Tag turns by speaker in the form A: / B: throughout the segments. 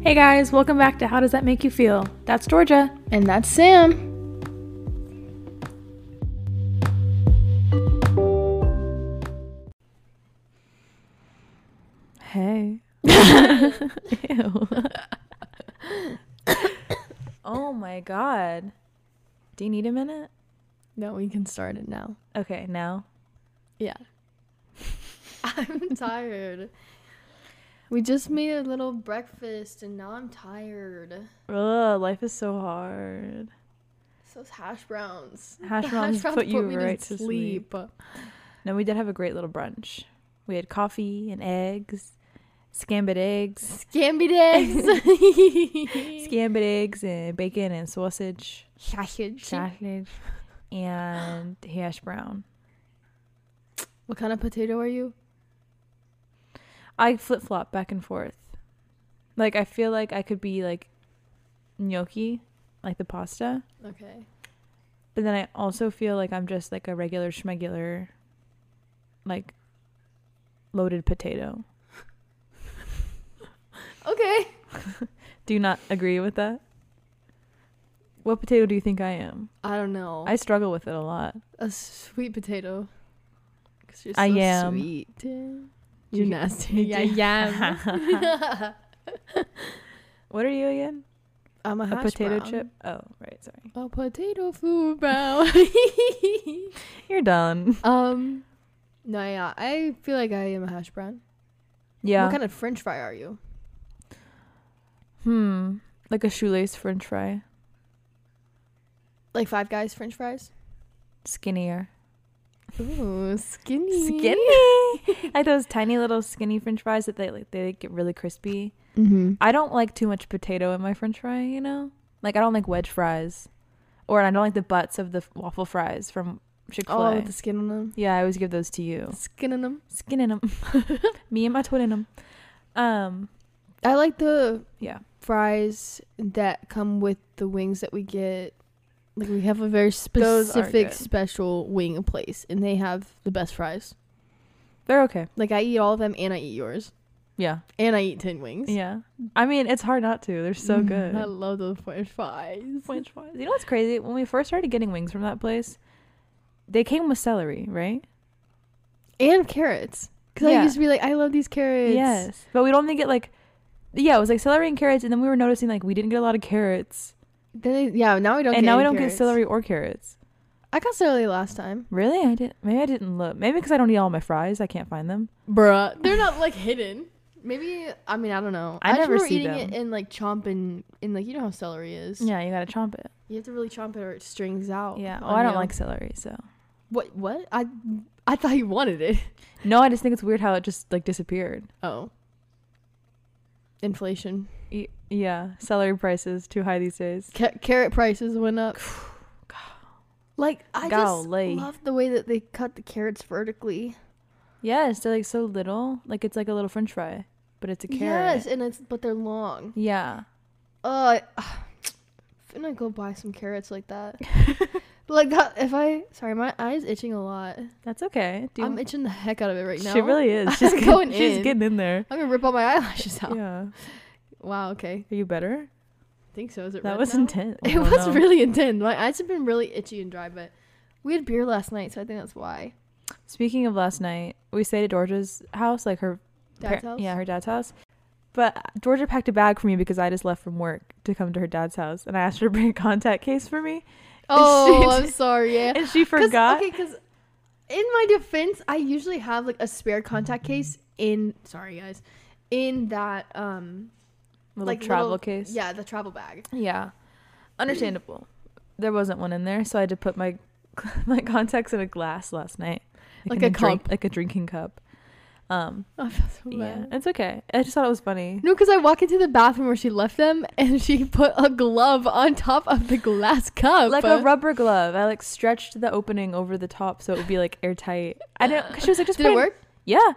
A: Hey guys, welcome back to How Does That Make You Feel? That's Georgia.
B: And that's Sam.
A: Hey. Ew. oh my god. Do you need a minute?
B: No, we can start it now.
A: Okay, now.
B: Yeah. I'm tired. We just made a little breakfast and now I'm tired.
A: Ugh, life is so hard.
B: It's those hash browns.
A: Hash
B: The
A: browns put you right to
B: sleep.
A: No, we did have a great little brunch. We had coffee and eggs, scrambled eggs,
B: Scambied eggs.
A: scrambled eggs and bacon and sausage,
B: Sausage.
A: sausage, and hash brown.
B: What kind of potato are you?
A: I flip flop back and forth. Like I feel like I could be like gnocchi, like the pasta,
B: Okay.
A: but then I also feel like I'm just like a regular schmegular, like loaded potato.
B: Okay.
A: Do you not agree with that? What potato do you think I am?
B: I don't know.
A: I struggle with it a lot.
B: a sweet potato. Cause you're so
A: I am.
B: sweet.
A: You-
B: You're nasty.
A: you do.
B: yam.
A: What are you again?
B: I'm a,
A: A
B: hash
A: potato
B: brown.
A: chip? Oh, right, sorry.
B: A potato food brown.
A: You're done.
B: um, no, yeah, I feel like I am a hash brown.
A: Yeah.
B: What kind of French fry are you?
A: hmm. Like a shoelace french fry.
B: Like Five Guys French fries?
A: Skinnier.
B: Ooh, skinny.
A: skinny. like those tiny little skinny French fries that they like, they get really crispy.
B: Mm-hmm.
A: I don't like too much potato in my French fry. You know, like I don't like wedge fries, or I don't like the butts of the f- waffle fries from Chick Fil
B: Oh,
A: A.
B: with the skin on them.
A: yeah, I always give those to you.
B: Skin on them.
A: Skinning them, me and my twin in them. Um,
B: I like the
A: yeah,
B: fries that come with the wings that we get. Like we have a very
A: Those are
B: specific
A: good.
B: special wing place, and they have the best fries.
A: they're okay.
B: Like I eat all of them, and I eat yours,
A: Yeah,
B: and I eat ten wings.
A: yeah. I mean, it's hard not to. They're so
B: Mm,
A: good.
B: I love those French fries.
A: French fries. You know what's crazy? When we first started getting wings from that place, they came with celery, right?
B: and carrots. Because
A: Yeah.
B: I used to be like, I love these carrots.
A: Yes. But we'd only get like yeah, it was like celery and carrots, and then we were noticing like we didn't get a lot of carrots.
B: Then they, yeah. Now we don't.
A: and
B: get
A: now we
B: any
A: don't
B: carrots.
A: get celery or carrots.
B: I got celery last time.
A: Really? I didn't maybe I didn't look. Maybe because I don't eat all my fries, I can't find them.
B: Bruh, they're not like hidden. Maybe I mean I don't know.
A: I
B: just
A: never
B: remember
A: see
B: eating
A: them.
B: it and like chomping and like you know how celery is.
A: Yeah, you gotta chomp it.
B: You have to really chomp it or it strings out.
A: Yeah. Oh,
B: on
A: I don't
B: you.
A: like celery, so
B: What? What? I I thought you wanted it.
A: no, I just think it's weird how it just like disappeared.
B: Oh. Inflation.
A: Y- yeah, celery prices too high these days.
B: Ca- carrot prices went up. Like I
A: Golly.
B: just love the way that they cut the carrots vertically.
A: Yes, they're like so little, like it's like a little French fry, but it's a carrot.
B: Yes, and it's but they're long.
A: Yeah.
B: Uh, I'm gonna go buy some carrots like that. like that. If I sorry, my eye's itching a lot.
A: That's okay. Do you,
B: I'm itching the heck out of it right now.
A: She really is. She's
B: I'm
A: get-
B: going
A: She's
B: in.
A: getting in Oh. there.
B: I'm gonna rip all my eyelashes out.
A: Yeah.
B: Wow. Okay.
A: Are you better?
B: I think so. Is it
A: That
B: red
A: was
B: now? Oh,
A: intense.
B: It was really intense. My eyes have been really itchy and dry, but we had beer last night, so I think that's why.
A: Speaking of last night, we stayed at Georgia's house, like her
B: Dad's
A: par-
B: house.
A: Yeah, her dad's house. But Georgia packed a bag for me because I just left from work to come to her dad's house, and I asked her to bring a contact case for me,
B: Oh,
A: She
B: I'm
A: did.
B: sorry. Yeah.
A: and she
B: 'Cause-
A: forgot.
B: Okay, because in my defense, I usually have like a spare contact case in. Sorry, guys. In that um
A: Little
B: like
A: travel
B: little-
A: case.
B: Yeah, the travel bag.
A: Yeah. Understandable. there wasn't one in there, so I had to put my my contacts in a glass last night,
B: Like
A: in
B: a
A: drink, like a drinking cup. Um,
B: Oh, I feel so
A: yeah,
B: bad.
A: it's okay. I just thought it was funny.
B: No, because I walk into the bathroom where she left them, and she put a glove on top of the glass cup.
A: like a rubber glove. I like stretched the opening over the top so it would be like airtight. I don't. Cause she was like, just
B: Did
A: put
B: it
A: a-
B: work?
A: Yeah.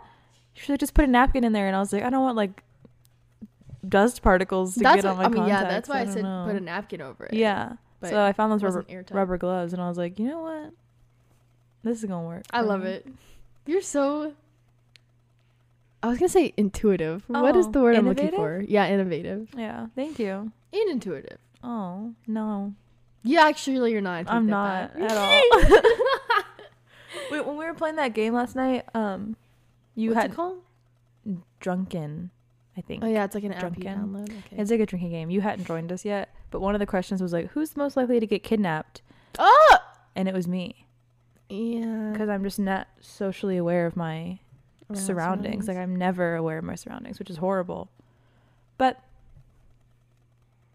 A: She was like, just put a napkin in there, and I was like, I don't want like dust particles to get on my
B: I mean, yeah,
A: contacts.
B: that's why I,
A: don't
B: said
A: know.
B: put a napkin over it.
A: Yeah.
B: but
A: so I found those
B: it
A: rubber
B: wasn't airtight.
A: rubber gloves, and I was like, you know what? This is gonna work.
B: I
A: for
B: love
A: me."
B: it. You're so I was gonna say intuitive. what is
A: Oh,
B: the word I'm
A: innovative?
B: looking for? Yeah, innovative
A: Yeah. Thank you.
B: and intuitive.
A: Oh no,
B: Yeah, actually, you're not. I take
A: I'm not
B: that back.
A: at all. Wait, when we were playing that game last night, um, you
B: What's it
A: had
B: called?
A: drunken, I think.
B: Oh yeah, it's like an app you
A: Drunken.
B: download. Okay.
A: It's like a drinking game. You hadn't joined us yet, but one of the questions was like, "Who's most likely to get kidnapped?"
B: oh
A: And it was me
B: yeah.
A: because I'm just not socially aware of my surroundings. Like I'm never aware of my surroundings, which is horrible. But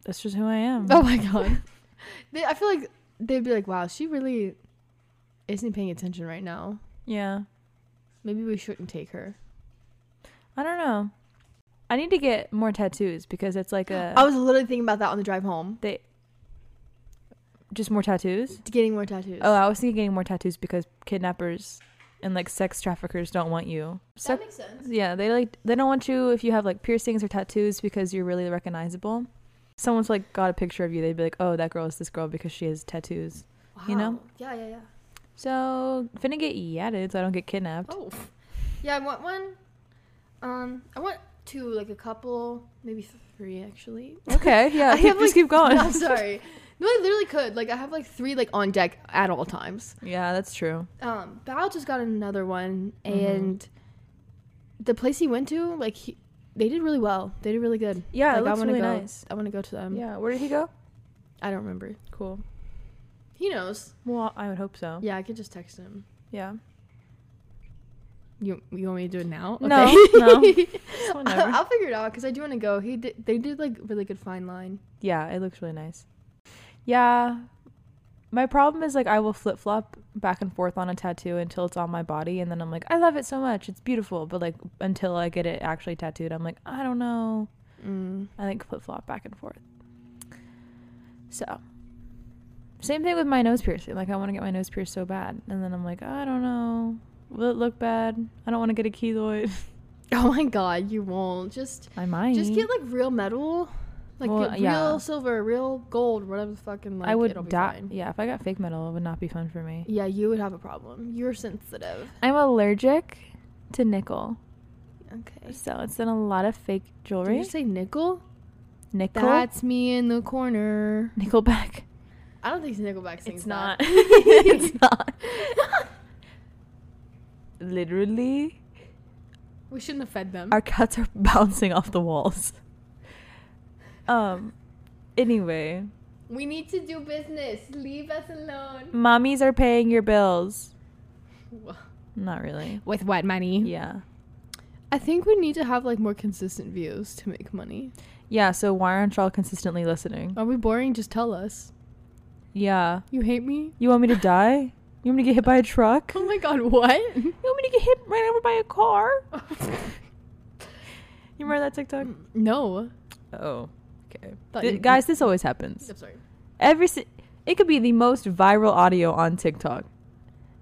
A: that's just who I am.
B: Oh my god. they, I feel like they'd be like, "Wow, she really isn't paying attention right now.
A: Yeah.
B: Maybe we shouldn't take her."
A: I don't know. I need to get more tattoos because it's like a
B: I was literally thinking about that on the drive home.
A: they just more tattoos.
B: Getting more tattoos.
A: Oh, I was thinking getting more tattoos because kidnappers and like sex traffickers don't want you. So
B: makes sense.
A: yeah, they like they don't want you if you have like piercings or tattoos because you're really recognizable. Someone's like got a picture of you, they'd be like, "Oh, that girl is this girl because she has tattoos." You know? Wow.
B: Yeah, yeah, yeah.
A: So finna get yatted so I don't get kidnapped.
B: Oh. Yeah, I want one. Um, I want two, like a couple, maybe three actually.
A: Okay, yeah,
B: I
A: keep,
B: have,
A: just
B: like-
A: keep going.
B: I'm sorry. No, I literally could. Like, I have like three like on deck at all times.
A: Yeah, that's true.
B: Um, Mm-hmm. Bao just got another one,
A: Mhm.
B: and the place he went to, like, he, they did really well. They did really good.
A: Yeah,
B: like,
A: it looks
B: wanna
A: really
B: go,
A: nice.
B: I want to go to them.
A: yeah, where did he go?
B: I don't remember.
A: Cool.
B: He knows.
A: Well, I would hope so.
B: Yeah, I could just text him.
A: Yeah.
B: You you want me to do it now?
A: No,
B: Okay.
A: Just whenever.
B: I'll figure it out because I do want to go. He did, they did like really good fine line.
A: Yeah, it looks really nice. Yeah. My problem is like I will flip flop back and forth on a tattoo until it's on my body and then I'm like, I love it so much, it's beautiful. But like until I get it actually tattooed, I'm like, I don't know.
B: Mm.
A: I like flip flop back and forth. So same thing with my nose piercing. Like I want to get my nose pierced so bad. And then I'm like, I don't know. Will it look bad? I don't want to get a keloid.
B: Oh my god, you won't. Just
A: I might.
B: just get like real metal. Like
A: Well,
B: get
A: yeah.
B: real silver, real gold, whatever the fucking like
A: I
B: it'll be
A: would die.
B: fine.
A: Yeah, if I got fake metal, it would not be fun for me.
B: Yeah, you would have a problem. You're sensitive.
A: I'm allergic to nickel.
B: Okay.
A: So it's in a lot of fake
B: Did
A: jewelry.
B: you say nickel?
A: nickel.
B: That's me in the corner.
A: Nickelback.
B: I don't think Nickelback
A: It's
B: sings that.
A: not. it's not. Literally,
B: We shouldn't have fed them.
A: our cats are bouncing off the walls. Um. Anyway,
B: we need to do business. Leave us alone.
A: mommies are paying your bills. Not really.
B: With what money?
A: Yeah.
B: I think we need to have like more consistent views to make money.
A: Yeah. So why aren't y'all consistently listening?
B: Are we boring? Just tell us.
A: Yeah.
B: You hate me?
A: You want me to die? You want me to get hit by a truck?
B: Oh my god, what?
A: You want me to get hit right over by a car? You remember that TikTok?
B: no.
A: Oh, okay.
B: Thought
A: Th-
B: you-
A: guys, this always happens.
B: I'm sorry.
A: Every si- it could be the most viral audio on TikTok,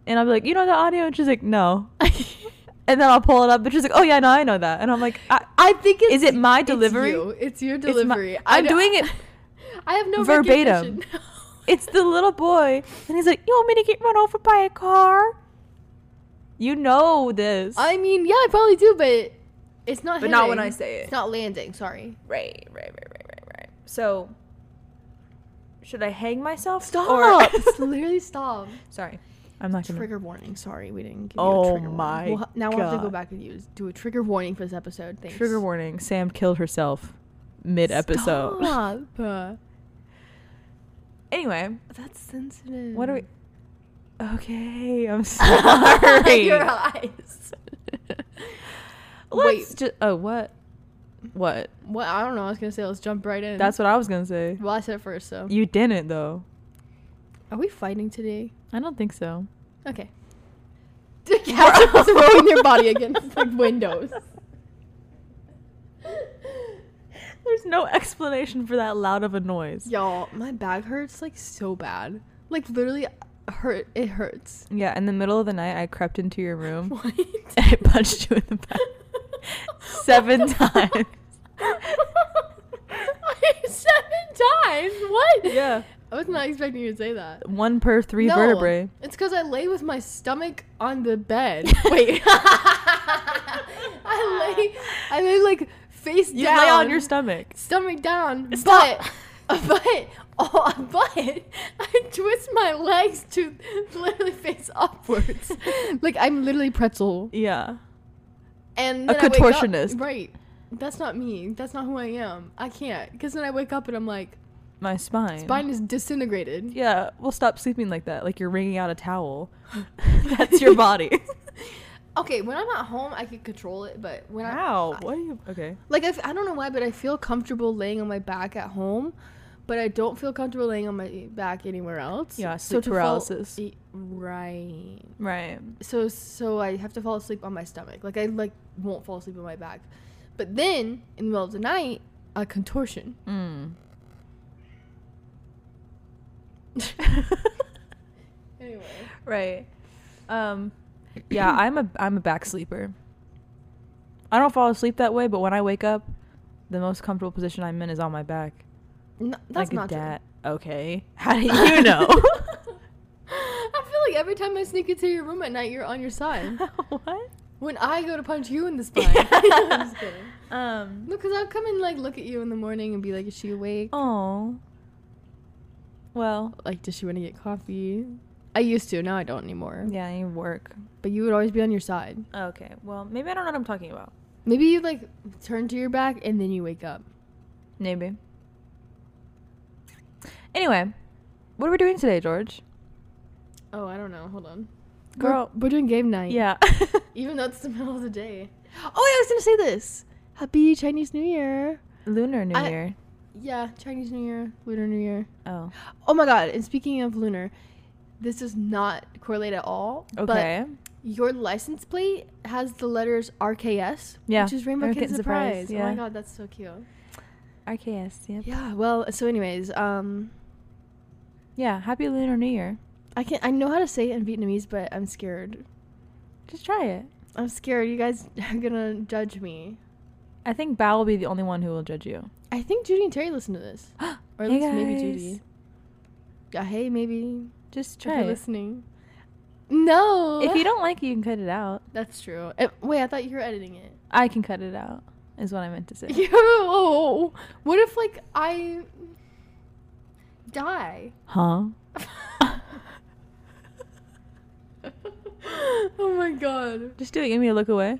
A: and I'll be like, you know the audio, and she's like, no. And then I'll pull it up, and she's like, oh yeah, no, I know that. And I'm like, I,
B: I think it's
A: is it my delivery?
B: It's, you. It's your
A: It's my-
B: delivery. I
A: I'm
B: don't-
A: doing it.
B: I have no
A: verbatim.
B: recognition.
A: It's the little boy, and he's like, you want me to get run over by a car? You know this,
B: I mean, yeah, I probably do, but it's not.
A: but not
B: hitting.
A: when I say it.
B: It's not landing. Sorry.
A: Right, right, right, right, right, right. So, should I hang myself?
B: Stop.
A: Or-
B: Just literally stop.
A: Sorry, I'm not gonna.
B: Trigger warning. Sorry, we didn't give you
A: Oh
B: a trigger
A: my
B: warning. We'll ha- now we'll have to go
A: God.
B: back with you. Do a trigger warning for this episode. Thanks.
A: Trigger warning: Sam killed herself mid episode.
B: Stop.
A: anyway,
B: That's sensitive.
A: what are we? Mm. Okay, I'm sorry.
B: Your eyes.
A: Let's
B: Wait.
A: ju- oh, what? What?
B: What? I don't know. I was gonna say let's jump right in.
A: That's what I was gonna say.
B: well, I said it first. So
A: You didn't though.
B: are we fighting today?
A: I don't think so.
B: Okay. The cats are throwing their body against like windows.
A: There's no explanation for that loud of a noise.
B: Y'all, my back hurts like so bad. Like literally, hurt. It hurts.
A: Yeah, in the middle of the night, I crept into your room.
B: What?
A: and I punched you in the back seven times.
B: Seven times. What?
A: Yeah,
B: I was not expecting you to say that.
A: one per three
B: No,
A: vertebrae.
B: It's because I lay with my stomach on the bed. Wait. I lay like face
A: You
B: down
A: lay on your stomach.
B: stomach down,
A: Stop.
B: but but oh, but I twist my legs to literally face upwards. like I'm literally pretzel
A: Yeah.
B: and
A: A
B: then I wake up-
A: contortionist.
B: right. That's not me. That's not who I am. I can't because then I wake up and I'm like
A: My spine.
B: spine is disintegrated.
A: Yeah. Well, stop sleeping like that. Like you're wringing out a towel. That's your body.
B: Okay, when I'm at home, I can control it, but when I
A: wow. What are you? Okay.
B: Like I, f- I don't know why, but I feel comfortable laying on my back at home, but I don't feel comfortable laying on my back anywhere else.
A: Yeah, sleep
B: to fall-
A: paralysis.
B: e- right.
A: Right.
B: So so I have to fall asleep on my stomach. Like I like won't fall asleep on my back, but then in the middle of the night, a contortion.
A: Mm.
B: Anyway,
A: right. Um. Yeah. I'm a I'm a back sleeper. I don't fall asleep that way, but when I wake up, the most comfortable position I'm in is on my back.
B: no, that's
A: like
B: not
A: a
B: true.
A: dat. Okay. How do you know?
B: I feel like every time I sneak into your room at night, you're on your side.
A: what?
B: when I go to punch you in the spine. I'm just kidding.
A: Um.
B: No, because I'll come and like look at you in the morning and be like, "Is she awake?"
A: Oh. Well.
B: like does she want to get coffee i used to now i don't anymore
A: Yeah. You work.
B: but you would always be on your side
A: Okay. Well, maybe I don't know what I'm talking about.
B: maybe you like turn to your back and then you wake up
A: Maybe. Anyway, what are we doing today, George?
B: oh i don't know hold on
A: Girl.
B: we're, we're doing game night
A: Yeah.
B: even though it's the middle of the day oh i was gonna say this happy chinese new year
A: Lunar New
B: I-
A: Year.
B: yeah chinese new year lunar new year
A: Oh.
B: oh my god and speaking of lunar this does not correlate at all but
A: Okay.
B: your license plate has the letters rks
A: Yeah,
B: which is rainbow
A: Rainbow
B: kid
A: Kid
B: surprise,
A: Surprise,
B: oh my
A: yeah.
B: god that's so cute
A: RKS. Yep.
B: Yeah, well, so anyways, um
A: Yeah. Happy Lunar New Year.
B: I can not I know how to say it in Vietnamese, but I'm scared.
A: Just try it.
B: I'm scared you guys are going to judge me.
A: I think Bao will be the only one who will judge you.
B: I think Judy and Terry listen to this. Or at
A: Hey,
B: least maybe
A: guys.
B: Judy. Yeah, hey, maybe
A: Just
B: if you're
A: try it.
B: listening. No.
A: If you don't like it, you can cut it out.
B: That's true. Eh, wait, I thought you were editing it.
A: I can cut it out. Is what I meant to say.
B: Yo. What if like I die?
A: Huh?
B: oh my god.
A: Just do it. Give me a look away.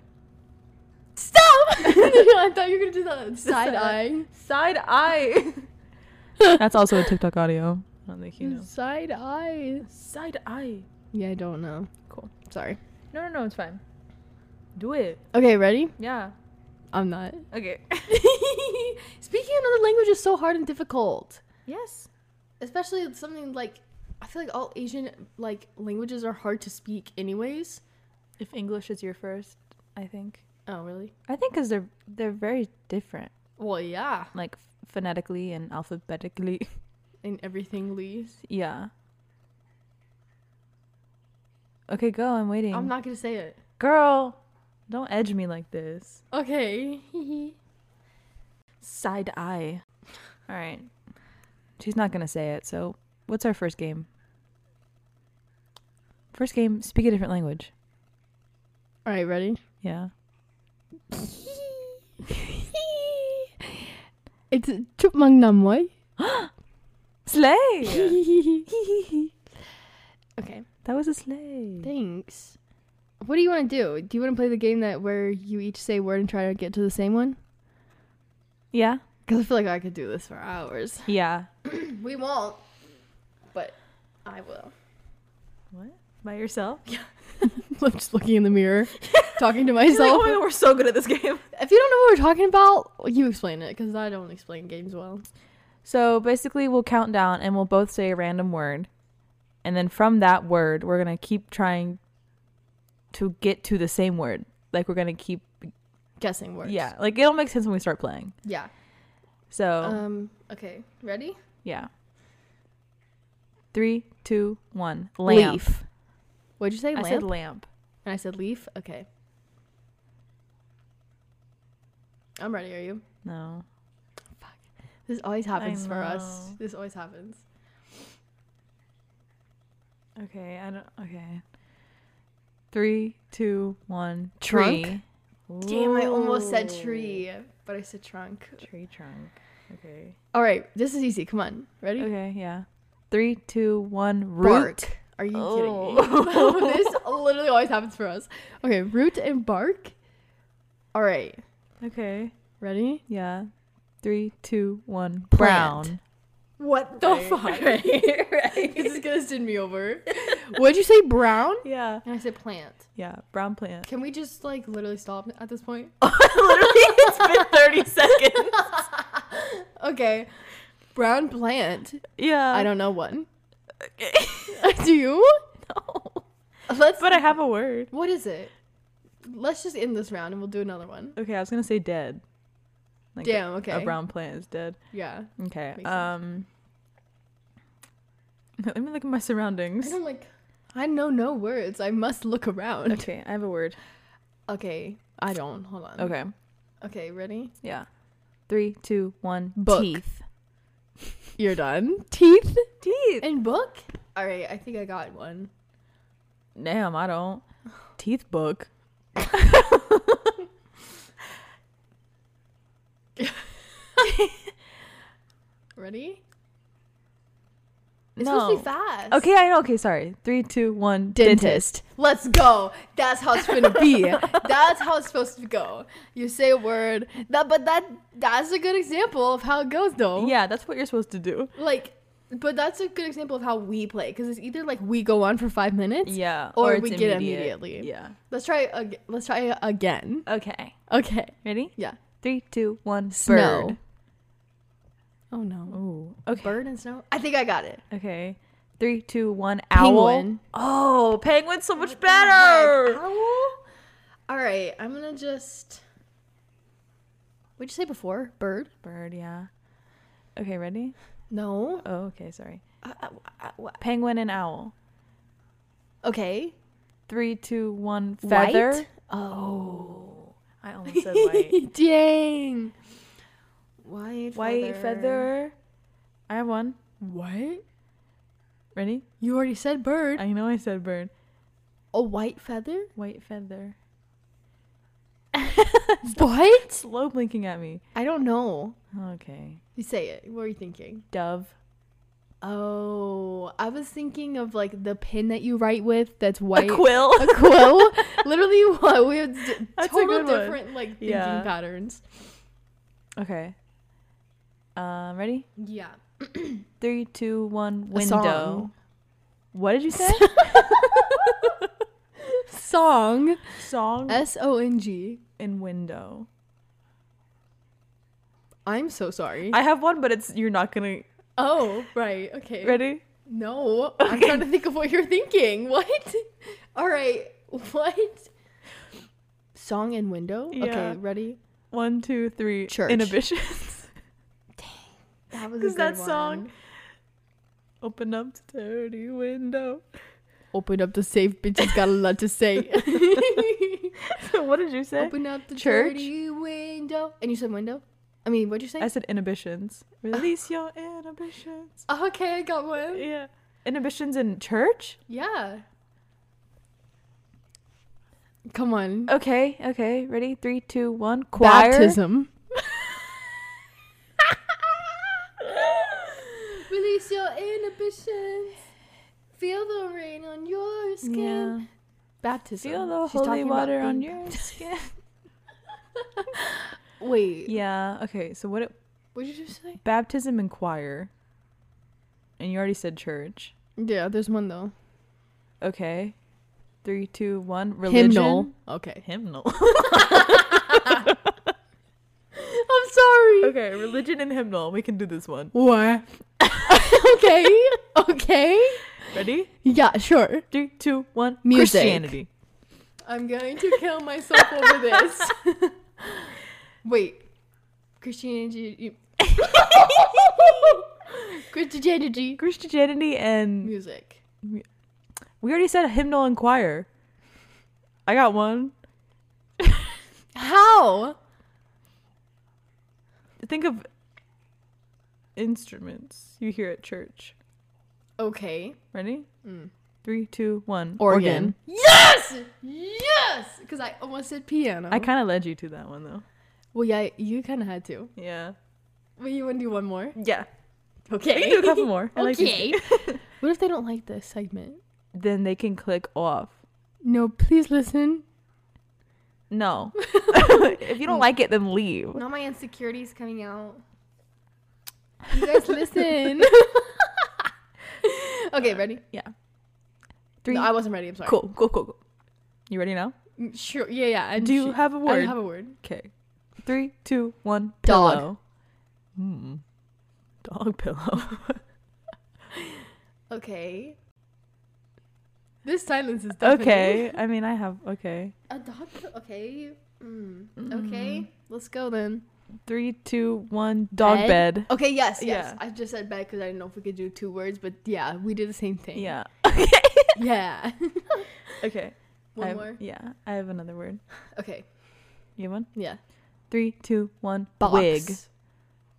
B: Stop! I thought you were going to do that side
A: Side eye.
B: eye.
A: Side eye. That's also a TikTok audio. I don't think you know.
B: Side eye.
A: Side eye.
B: Yeah, I don't know.
A: Cool.
B: Sorry.
A: No, no, no. It's fine. Do it.
B: Okay, ready?
A: Yeah.
B: I'm not.
A: Okay.
B: Speaking another language is so hard and difficult.
A: yes.
B: Especially with something like I feel like all Asian like languages are hard to speak anyways.
A: If English is your first, I think.
B: Oh, really?
A: I think because they're they're very different,
B: Well, yeah.
A: like phonetically and alphabetically.
B: And everything Lee.
A: yeah. Okay, go. I'm waiting.
B: I'm not going to say it.
A: Girl, don't edge me like this.
B: Okay.
A: Side eye. All right. She's not gonna say it. So, what's our first game? First game. Speak a different language.
B: all right, ready?
A: Yeah.
B: it's chúc mừng năm mới.
A: Slay.
B: okay.
A: that was a
B: Mm.
A: slay.
B: Thanks. What do you want to do? Do you want to play the game that where you each say a word and try to get to the same one?
A: Yeah.
B: Because I feel like I could do this for hours.
A: Yeah.
B: We won't, but I will.
A: What? By yourself?
B: I'm just looking in the mirror, talking to myself.
A: "Oh we're so good at this game.
B: if you don't know what we're talking about, you explain it because I don't explain games well.
A: So basically, we'll count down and we'll both say a random word. And then from that word, we're going to keep trying to get to the same word. Like, we're going to keep.
B: Guessing words.
A: Yeah. Oh. Like, it'll make sense when we start playing.
B: Yeah.
A: So,
B: Um. Okay. Ready?
A: yeah. Three, two, one. Lamp.
B: Leaf. What'd you say?
A: I
B: lamp.
A: said lamp.
B: and I said leaf. Okay. I'm ready. Are you?
A: No.
B: This always happens for us.
A: know.
B: This always happens.
A: Okay. I don't. Okay. Three, two, one.
B: Trunk?
A: Tree.
B: Damn, I almost said
A: Ooh.
B: tree, but I said trunk.
A: Tree trunk. Okay.
B: All right, this is easy. Come on, ready?
A: Okay, yeah. Three, two, one, root.
B: Bark. Are you
A: Oh.
B: kidding me? this literally always happens for us. Okay, root and bark. All right,
A: Okay.
B: ready?
A: Yeah. Three, two, one,
B: Plant.
A: brown.
B: What this is gonna send me over. What'd you say, brown?
A: Yeah.
B: And I said plant.
A: Yeah. Brown plant.
B: Can we just like literally stop at this point?
A: Literally, it's been 30 seconds.
B: Okay, brown plant.
A: Yeah.
B: I don't know one.
A: Uh, Okay.
B: Do you?
A: know.
B: Let's.
A: But I have a word.
B: What is it? Let's just end this round and we'll do another one.
A: Okay, I was gonna say dead. Like
B: Damn.
A: a-
B: Okay.
A: A brown plant is dead.
B: Yeah.
A: Okay.
B: Makes sense.
A: Um. Let me look at my
B: I
A: surroundings.
B: don't like. I know no words. I must look around.
A: Okay, I have a word.
B: Okay. I don't. Hold on.
A: Okay.
B: Okay. Ready?
A: Yeah. Three, two, one.
B: Book.
A: Teeth.
B: You're done. Teeth
A: Teeth.
B: and book. All right. I think I got one.
A: Damn, I don't. Teeth book.
B: Ready? It's
A: no.
B: supposed to be fast.
A: Okay, I know. Okay, sorry. Three, two, one.
B: Dentist. Let's go. That's how it's gonna be. that's how it's supposed to go. You say a word. That, but that that's a good example of how it goes, though.
A: Yeah, that's what you're supposed to do.
B: Like, but that's a good example of how we play because it's either like we go on for five minutes.
A: Yeah.
B: Or
A: it's
B: we get immediately.
A: Yeah.
B: Let's try. Ag- let's try again.
A: Okay.
B: Okay.
A: Ready?
B: Yeah.
A: Three, two, one. Bird.
B: Snow. Oh no.
A: Ooh. Okay.
B: Bird and snow. I think I got it.
A: Okay. Three, two, one. Owl.
B: Penguin.
A: Oh, penguin's so much
B: Heck,
A: better.
B: Owl. All right. I'm gonna just. What'd you say before? Bird?
A: Bird. Yeah. Okay. Ready?
B: No.
A: Oh, okay. Sorry.
B: Uh, uh, uh, wha-
A: Penguin and owl.
B: okay.
A: Three, two, one. Feather.
B: White? Oh.
A: I almost said white.
B: Dang. White.
A: white feather. I have one.
B: What?
A: Ready?
B: You already said bird.
A: I know I said bird.
B: a white feather?
A: White feather.
B: What?
A: Slow blinking at me.
B: I don't know.
A: Okay.
B: You say it. What were you thinking?
A: Dove.
B: Oh, I was thinking of like the pen that you write with that's white.
A: quill.
B: A quill. Literally, what we have d-
A: That's a
B: total
A: good one.
B: different like thinking
A: Yeah.
B: patterns.
A: Okay. Um, ready?
B: Yeah.
A: Three, two, one.
B: A
A: Window.
B: song.
A: What did you say?
B: Song.
A: Song
B: S O N G.
A: and window.
B: I'm so sorry.
A: I have one, but it's you're not gonna.
B: oh, right. Okay.
A: Ready?
B: No, I'm trying to think of what you're thinking. What? All right, what? Song and window.
A: Yeah.
B: Okay, ready?
A: One, two, three.
B: Church.
A: Inhibitions.
B: That was a
A: 'Cause
B: good
A: that song-
B: one.
A: Open up to dirty window.
B: Open up the safe, bitches got a lot to say.
A: what did you say?
B: Open up the
A: Church?
B: dirty window. And you said window. I mean, what'd you say?
A: I said inhibitions. Release your inhibitions.
B: okay, I got one.
A: Yeah. Inhibitions in church?
B: Yeah. Come on.
A: Okay, okay. Ready? Three, two, one. Choir.
B: Baptism. Release your inhibitions. Feel the rain on your skin.
A: Yeah.
B: Baptism.
A: Feel the
B: She's
A: holy
B: talking about
A: water on
B: being
A: your
B: baptized.
A: skin.
B: Wait.
A: yeah. Okay. So what? It,
B: What did you just say?
A: baptism and choir. And you already said church.
B: Yeah, there's one though.
A: Okay. Three, two, one. Religion.
B: Hymnal. Okay.
A: Hymnal.
B: I'm sorry.
A: okay. Religion and hymnal. We can do this one.
B: What? okay. Okay.
A: Ready?
B: Yeah, sure.
A: Three, two, one.
B: Music.
A: Christianity.
B: I'm going to kill myself over this. Wait. Christianity. Christianity.
A: Christianity and
B: Music.
A: we already said hymnal and choir. I got one.
B: How?
A: Think of instruments you hear at church.
B: Okay.
A: Ready?
B: Mm.
A: three, two, one.
B: Organ. Yes! Yes! Because I almost said piano.
A: I kind of led you to that one though.
B: well, yeah, you kind of had to.
A: Yeah.
B: Wait, you want to do one more?
A: Yeah. We
B: Okay.
A: can do a couple more. I like these.
B: okay. what if they don't like this segment?
A: Then they can click off.
B: No, please listen.
A: No. if you don't like it, then leave.
B: Not my insecurities coming out. You guys listen. okay, ready?
A: Yeah. Three.
B: No, I wasn't ready. I'm sorry.
A: cool. Cool. Cool. Cool. You ready now?
B: Mm, Sure. Yeah, yeah. I
A: Do you have a
B: I
A: word?
B: have a word.
A: Okay. Three, two, one.
B: Dog.
A: Pillow. Hmm. Dog pillow.
B: Okay. This silence is deafening.
A: okay. I mean, I have. Okay.
B: A dog. Okay. Mm. Okay. Let's go then.
A: Three, two, one. Dog bed.
B: Okay. Yes. Yes.
A: Yeah.
B: I just said bed because I didn't know if we could do two words, but yeah, we did the same thing.
A: Yeah.
B: Yeah.
A: Okay.
B: One
A: I have-
B: more.
A: Yeah. I have another word.
B: Okay.
A: You have one?
B: Yeah.
A: Three, two, one.
B: Box.
A: Wig.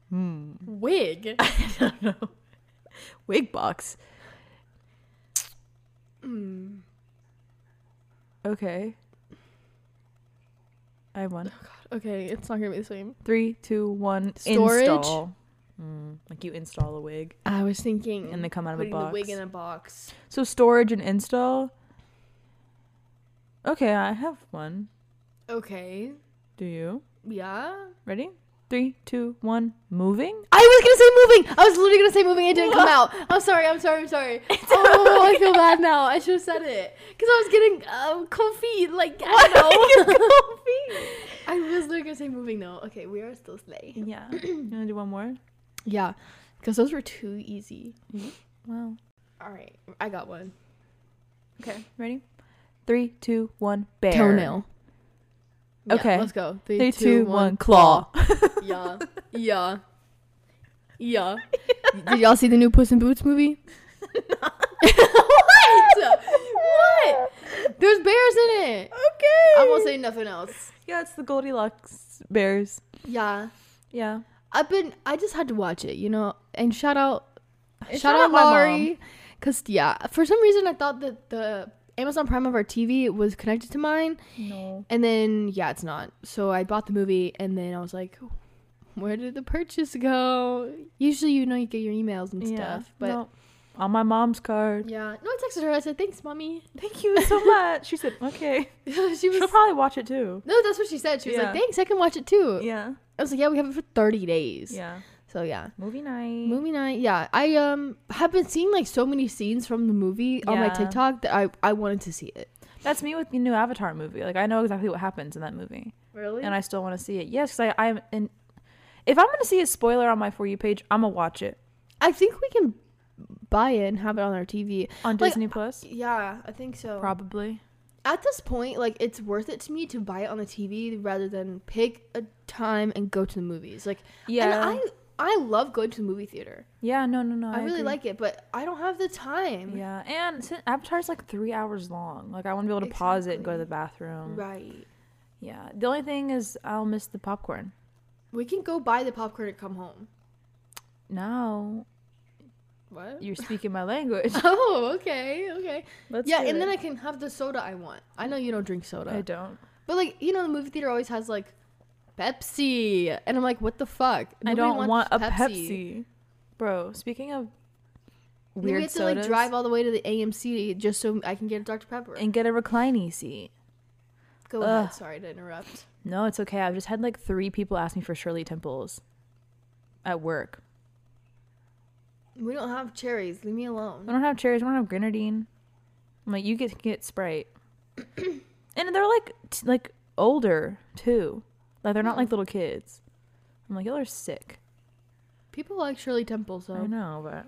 A: Hmm.
B: Wig.
A: I don't know. Wig box.
B: mm.
A: Okay. I have one.
B: Okay. It's not gonna be the same.
A: Three, two, one.
B: Storage?
A: Install. Mm, like you install a wig
B: I was thinking.
A: and they come out of a
B: putting
A: box.
B: the wig in a box.
A: so storage and install. Okay, I have one.
B: Okay.
A: Do you?
B: Yeah.
A: Ready? Three, two, one. Moving.
B: I was gonna say moving. I was literally gonna say moving. It didn't come out. I'm sorry. I'm sorry. I'm sorry. oh, I feel bad now. I should have said it because I was getting um, cold feet. Like I don't know. I was literally gonna say moving though. Okay, we are still slay.
A: Yeah. you wanna do one more?
B: Yeah, because those were too easy.
A: Wow.
B: All right, I got one.
A: Okay. Ready? Three, two, one. Bear.
B: Toenail. Yeah,
A: Okay.
B: let's go. Three,
A: Three, two, one. Claw.
B: yeah. Yeah. Yeah. Did y'all see the new Puss in Boots movie? what? What? There's bears in
A: Okay.
B: it. I won't say nothing else.
A: Yeah, it's the Goldilocks bears.
B: Yeah.
A: Yeah.
B: I've been I just had to watch it, you know. And shout out
A: And
B: shout, out,
A: my
B: Laurie. Cause yeah, for some reason I thought that the Amazon Prime of our TV was connected to mine.
A: No.
B: And then yeah, it's not. So I bought the movie and then I was like, where did the purchase go? Usually you know you get your emails and
A: Yeah.
B: stuff, but
A: no. on my mom's card.
B: yeah. No, I texted her. I said, "Thanks, mommy."
A: Thank you so much. She said, "Okay."
B: she was
A: She'll probably watch it too.
B: No, that's what she said. She was like,
A: Yeah.
B: "Thanks, I can watch it too."
A: Yeah.
B: I was like, "Yeah, we have it for 30 days."
A: Yeah.
B: So yeah.
A: Movie night.
B: Movie night, yeah. I um have been seeing like so many scenes from the movie on my
A: Yeah.
B: TikTok that I I wanted to see it.
A: That's me with the new Avatar movie. Like I know exactly what happens in that movie,
B: Really?
A: and I still want to see it. Yes, 'cause I I'm in. If I'm gonna see a spoiler on my for you page, I'm gonna watch it
B: I think we can buy it and have it on our TV.
A: on
B: Like,
A: Disney Plus.
B: Yeah, I think so.
A: Probably.
B: At this point, like it's worth it to me to buy it on the TV rather than pick a time and go to the movies. Like
A: Yeah.
B: and I I love going to the movie theater.
A: yeah. No. No. No.
B: I, really
A: agree.
B: like it, but I don't have the time.
A: Yeah, and since Avatar's like three hours long. Like I want to be able to pause it and go to the bathroom.
B: Right.
A: Yeah. The only thing is I'll miss the popcorn.
B: We can go buy the popcorn and come home.
A: Now
B: What?
A: you're speaking my language.
B: Oh, okay, okay.
A: Let's
B: yeah,
A: do
B: and then
A: it.
B: I can have the soda I want. I know you don't drink soda,
A: I don't.
B: but like you know, the movie theater always has like Pepsi, and I'm like, what the fuck?
A: I
B: Nobody
A: don't want
B: wants
A: a Pepsi. Bro, speaking of
B: Then we
A: weird
B: have to
A: sodas,
B: like drive all the way to the AMC just so I can get a Dr Pepper.
A: and get a reclining seat.
B: Go
A: Ugh.
B: ahead. Sorry to interrupt.
A: No, it's okay. I've just had like three people ask me for Shirley Temples at work.
B: We don't have cherries. Leave me alone.
A: I don't have cherries. I don't have grenadine. I'm like, you get to get Sprite. and they're like, t- like older too. Like they're not like little kids. I'm like, y'all are sick.
B: People like Shirley Temple,
A: I
B: so
A: know, but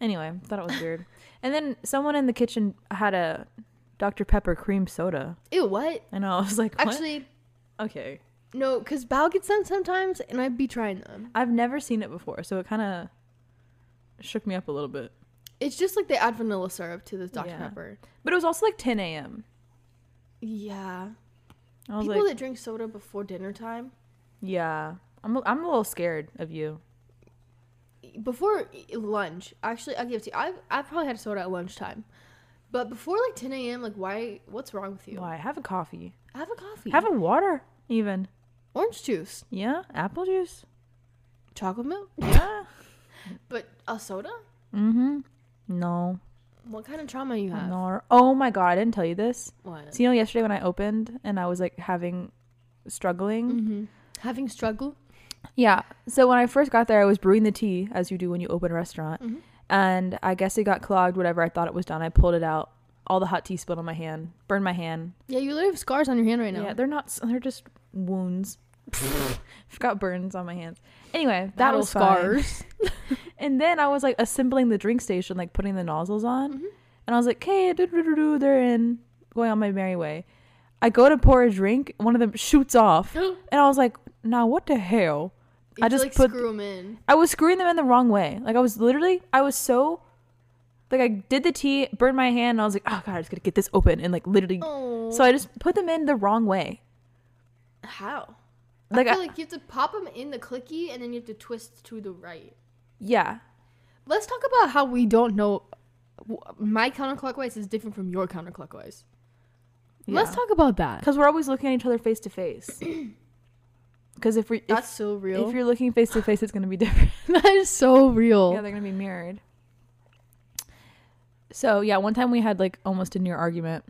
A: anyway, thought it was weird. and then someone in the kitchen had a Dr Pepper cream soda.
B: ew. What?
A: I know. I was like, what?
B: Actually,
A: okay.
B: no, because Bao gets them sometimes, and I'd be trying them.
A: I've never seen it before, so it kind of shook me up a little bit.
B: It's just like they add vanilla syrup to this Dr
A: Yeah.
B: Pepper.
A: But it was also like 10 a.m.
B: Yeah.
A: I was
B: People
A: like,
B: that drink soda before dinner time.
A: yeah, I'm a, I'm a little scared of you.
B: y- before lunch, actually, I'll give it to you. I I probably had soda at lunchtime, but before like 10 a.m., like why? What's wrong with you?
A: Why? Have a coffee.
B: Have a coffee.
A: Have a water, even.
B: orange juice,
A: Yeah. Apple juice.
B: chocolate milk,
A: Yeah.
B: but a soda.
A: mm hmm. No.
B: What kind of trauma you have?
A: Nor. Oh my God. I didn't tell you this.
B: What?
A: So, you know, yesterday when I opened and I was like having, struggling.
B: hmm Having struggle.
A: Yeah. So when I first got there, I was brewing the tea, as you do when you open a restaurant. And I guess it got clogged, whatever. I thought it was done. I pulled it out. All the hot tea spilled on my hand, burned my hand.
B: Yeah, you literally have scars on your hand right now.
A: Yeah, they're not, s- they're just wounds. I've got burns on my hands. Anyway, that
B: Battle
A: was scars.
B: scars.
A: And then I was like assembling the drink station, like putting the nozzles on. And I was like, okay, doo-doo-doo-doo, they're in, going on my merry way. I go to pour a drink, one of them shoots off. and I was like, nah, what the hell?
B: You
A: I just
B: like,
A: put-
B: screw 'em in.
A: I was screwing them in the wrong way. Like I was literally, I was so, like I did the tea, burned my hand, and I was like, oh god, I just gotta get this open, and like literally,
B: Oh.
A: so I just put them in the wrong way.
B: How?
A: Like,
B: I
A: I
B: feel like you have to pop them in the clicky and then you have to twist to the right.
A: yeah,
B: Let's talk about how we don't know. My counterclockwise is different from your counterclockwise. Let's talk about that.
A: because we're always looking at each other face to face. Because if we, if,
B: That's so real.
A: if you're looking face to face, it's gonna be different.
B: that is so real.
A: yeah, they're gonna be mirrored. So yeah, one time we had like almost a near argument.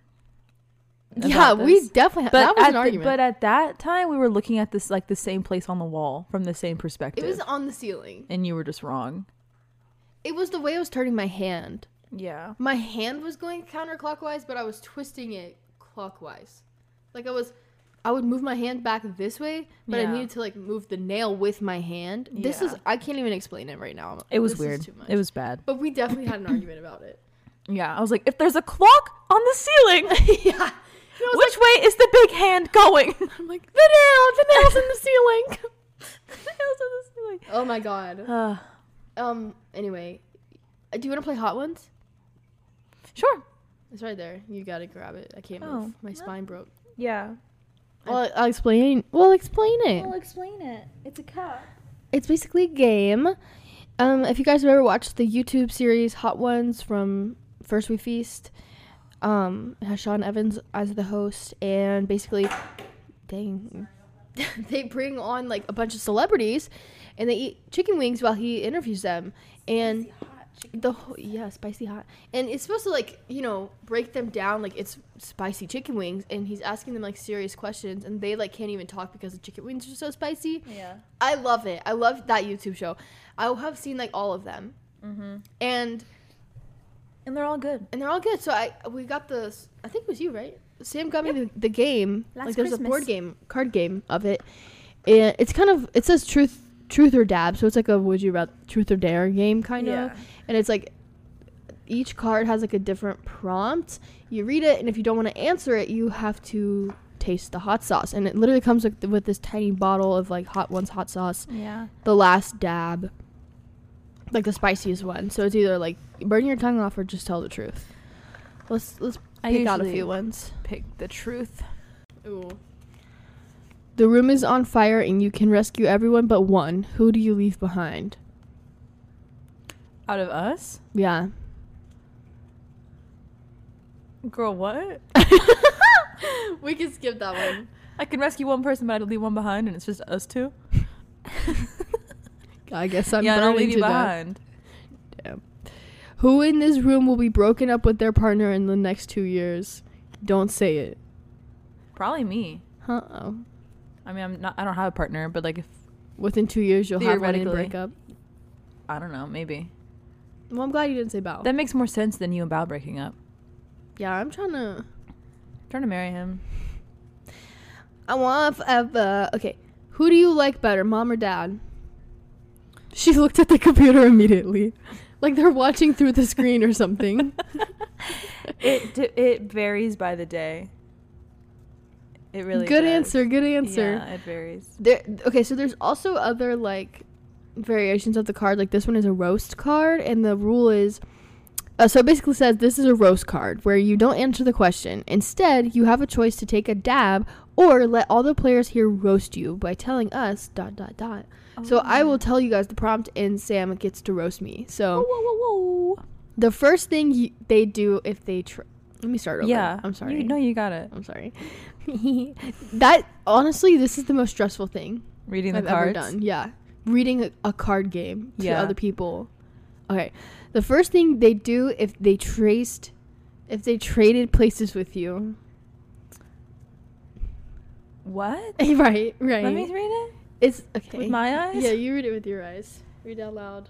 B: Yeah,
A: about
B: we
A: this.
B: definitely.
A: But
B: that was
A: at
B: an
A: the-
B: argument.
A: but at that time, we were looking at this like the same place on the wall from the same perspective.
B: it was on the ceiling.
A: and you were just wrong.
B: It was the way I was turning my hand.
A: Yeah.
B: My hand was going counterclockwise, but I was twisting it clockwise. Like I was, I would move my hand back this way, but
A: Yeah.
B: I needed to like move the nail with my hand. This
A: Yeah.
B: is I can't even explain it right now.
A: It was
B: This is
A: weird.
B: too much.
A: It was bad.
B: But we definitely had an argument about it.
A: Yeah. I was like, if there's a clock on the ceiling,
B: yeah. And I was
A: which way is the big hand going?
B: like, I'm like, the nail, the nail's in the ceiling. oh my god.
A: Uh,
B: Um. Anyway, uh, do you want to play hot ones?
A: sure.
B: It's right there. You gotta grab it. I can't
A: Oh.
B: move. My spine broke.
A: Yeah.
B: Well, I'll explain. Well, explain it.
A: explain it. It's a cup.
B: It's basically a game. Um, if you guys have ever watched the YouTube series Hot Ones from First We Feast, um, it has Sean Evans as the host, and basically, dang, they bring on like a bunch of celebrities, and they eat chicken wings while he interviews them, and the whole, yeah, spicy hot, and it's supposed to like you know break them down like it's spicy chicken wings, and he's asking them like serious questions, and they like can't even talk because the chicken wings are so spicy.
A: Yeah.
B: I love it. I love that YouTube show. I have seen like all of them, and
A: Mm-hmm. And they're all good.
B: and they're all good. So I we got the I think it was you right? Sam got me the, the game.
A: Last
B: like there's a board
A: Christmas.
B: game, card game of it, and it's kind of it says truth truth or dab. So it's like a would you rather truth or dare game kind
A: Yeah.
B: of, and it's like each card has like a different prompt. You read it, and if you don't want to answer it, you have to taste the hot sauce. And it literally comes with, with this tiny bottle of like hot ones hot sauce
A: Yeah.
B: the last dab, like the spiciest one. So it's either like burn your tongue off or just tell the truth. Let's let's
A: I
B: pick out a
A: usually-
B: few ones.
A: Pick the truth.
B: Ooh. The room is on fire and you can rescue everyone but one. Who do you leave behind?
A: Out of us?
B: Yeah.
A: Girl, what?
B: we can skip that one.
A: I can rescue one person, but I'd leave one behind, and it's just us two.
B: I guess I'm
A: yeah, and
B: burning
A: I'll leave
B: to
A: you
B: death.
A: behind.
B: Damn. Who in this room will be broken up with their partner in the next two years? Don't say it.
A: Probably me.
B: Huh? Oh.
A: I mean, I'm not. I don't have a partner, but like, if
B: Within two years, you'll have one and
A: Theoretically.
B: break up.
A: I don't know, maybe
B: Well, I'm glad you didn't say bow.
A: that makes more sense than you and Bao breaking up.
B: yeah, I'm trying to.
A: trying to marry him.
B: I want forever. Okay, who do you like better, mom or dad? She looked at the computer immediately, like they're watching through the screen or something.
A: It d- it varies by the day. It really
B: good
A: does.
B: answer. Good answer.
A: Yeah, it varies.
B: There. Okay, so there's also other like variations of the card. Like this one is a roast card, and the rule is. Uh, so it basically says this is a roast card where you don't answer the question. Instead, you have a choice to take a dab or let all the players here roast you by telling us dot dot dot. So I
A: Oh.
B: will tell you guys the prompt, and Sam gets to roast me. So
A: Um, Whoa, whoa, whoa.
B: the first thing you, they do if they tr- let me start over.
A: Yeah.
B: I'm sorry.
A: You, no, you got it.
B: I'm sorry. that honestly, this is the most stressful thing
A: Reading the
B: I've
A: cards.
B: ever done. Yeah, reading a, a card game to
A: Yeah.
B: other people. Okay, the first thing they do if they traced, if they traded places with you.
A: What?
B: right, right.
A: Let me read it
B: it's okay.
A: with my eyes.
B: Yeah, you read it with your eyes. Read out loud.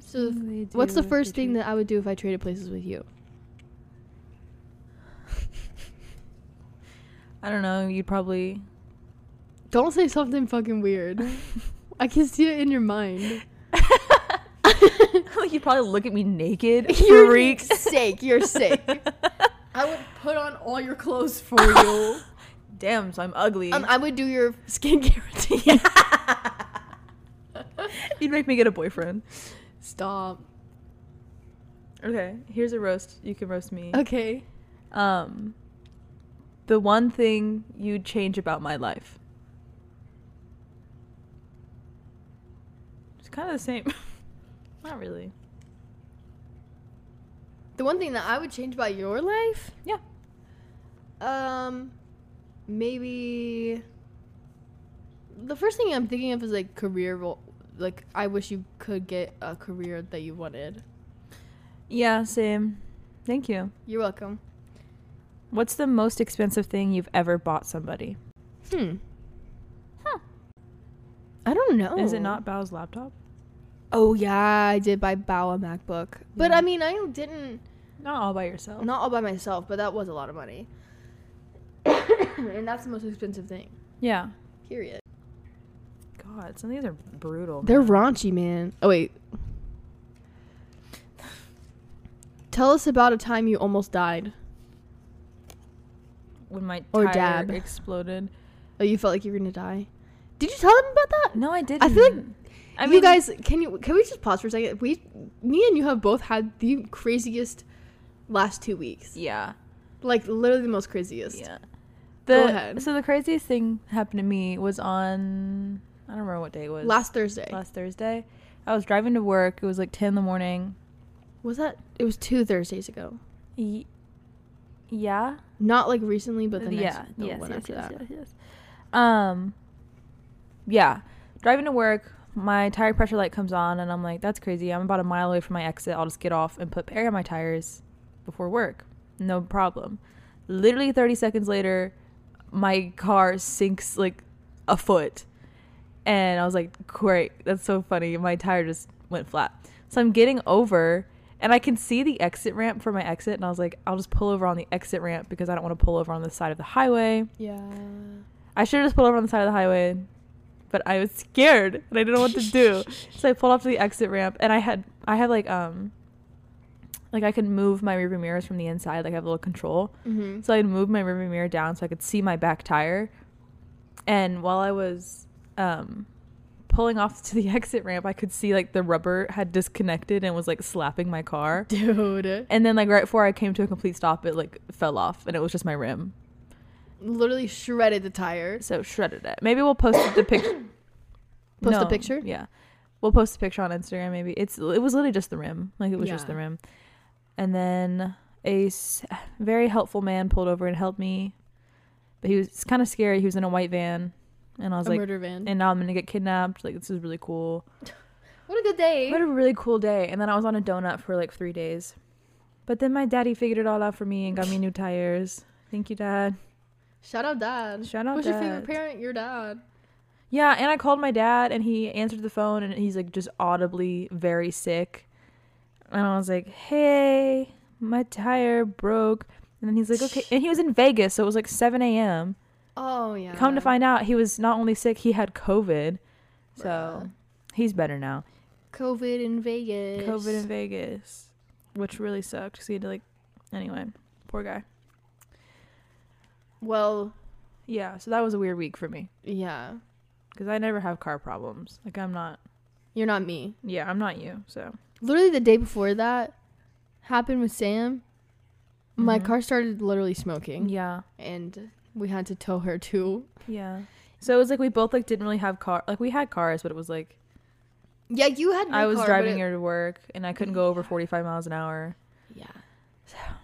B: so, what's the first thing that I would do if I traded places with you?
A: I don't know. You'd probably.
B: Don't say something fucking weird. I can see it in your mind.
A: you'd probably look at me naked.
B: You're
A: freaks.
B: sick. You're sick. I would put on all your clothes for you.
A: Damn, so I'm ugly.
B: um, I would do your skincare routine.
A: you'd make me get a boyfriend.
B: Stop.
A: Okay, here's a roast. You can roast me.
B: Okay.
A: Um, the one thing you'd change about my life. It's kind of the same. Not really.
B: The one thing that I would change about your life,
A: Yeah.
B: um, maybe the first thing I'm thinking of is like career. Ro- like I wish you could get a career that you wanted.
A: Yeah, same. Thank you.
B: You're welcome.
A: What's the most expensive thing you've ever bought somebody?
B: Hmm. I don't know.
A: Is it not Bao's laptop?
B: Oh yeah, I did buy Bao a MacBook, but I mean I didn't.
A: Not all by yourself.
B: Not all by myself, but that was a lot of money. and that's the most expensive thing.
A: Yeah.
B: Period.
A: God, some of these are brutal.
B: They're raunchy, man. Oh wait. Tell us about a time you almost died.
A: when my
B: Or
A: tire
B: dab.
A: exploded.
B: Oh, you felt like you were gonna die. Did you tell them about that?
A: No, I didn't.
B: I feel like
A: I
B: you guys can you can we just pause for a second? We, me and you have both had the craziest last two weeks.
A: Yeah.
B: Like literally the most craziest.
A: Yeah. The,
B: Go ahead.
A: So the craziest thing happened to me was on I don't remember what day it was.
B: Last Thursday.
A: last Thursday. I was driving to work. It was like ten in the morning.
B: was that? It was two Thursdays ago.
A: Y- yeah.
B: Not like recently, but the next
A: yeah.
B: the
A: yes,
B: one
A: yes,
B: after
A: yes,
B: that.
A: yes, yes. Um. Yeah, driving to work, my tire pressure light comes on, and I'm like, "That's crazy." I'm about a mile away from my exit. I'll just get off and put air in my tires before work. No problem. Literally 30 seconds later, my car sinks like a foot. And I was like, great, that's so funny. My tire just went flat. So I'm getting over and I can see the exit ramp for my exit. And I was like, I'll just pull over on the exit ramp because I don't want to pull over on the side of the highway.
B: Yeah.
A: I should have just pulled over on the side of the highway, but I was scared and I didn't know what to do. so I pulled off to the exit ramp and I had I have like um like I could move my rearview mirrors from the inside, like I have a little control.
B: Mhm.
A: So I'd move my rearview mirror down so I could see my back tire. And while I was um pulling off to the exit ramp, I could see like the rubber had disconnected and was like slapping my car.
B: Dude.
A: And then like right before I came to a complete stop, it like fell off and it was just my rim.
B: Literally shredded the tire.
A: So shredded it. Maybe we'll post the picture.
B: Post the picture?
A: Yeah, we'll post the picture on Instagram. Maybe it's it was literally just the rim. Like it was just
B: Yeah.
A: the rim. And then a s- very helpful man pulled over and helped me, but he was kind of scary. He was in a white van, and I was
B: a
A: like,
B: murder van.
A: and now I'm gonna get kidnapped. Like this is really cool.
B: what a good day.
A: What a really cool day. And then I was on a donut for like three days, but then my daddy figured it all out for me and got me new tires. Thank you, Dad.
B: Shout out dad.
A: Shout out,
B: What's your
A: Dad.
B: favorite parent? Your dad.
A: Yeah, and I called my dad and he answered the phone and he's like just audibly very sick. And I was like, "Hey, my tire broke." And then he's like, "Okay." And he was in Vegas, so it was like 7 a.m.
B: Oh yeah.
A: Come to find out, he was not only sick, he had COVID. So
B: Bruh.
A: he's better now.
B: COVID in Vegas.
A: COVID in Vegas, which really sucked because he had to like, anyway, poor guy.
B: Well,
A: Yeah, so that was a weird week for me
B: yeah.
A: because I never have car problems. Like I'm not,
B: You're not me.
A: Yeah, I'm not you. So
B: Literally the day before that happened with Sam, my car started literally smoking,
A: Mm-hmm. yeah,
B: and we had to tow her to.
A: yeah. So it was like we both like didn't really have car. Like we had cars, but it was like
B: Yeah, you had.
A: I was driving her to work, and I couldn't go over 45 miles an hour.
B: Yeah.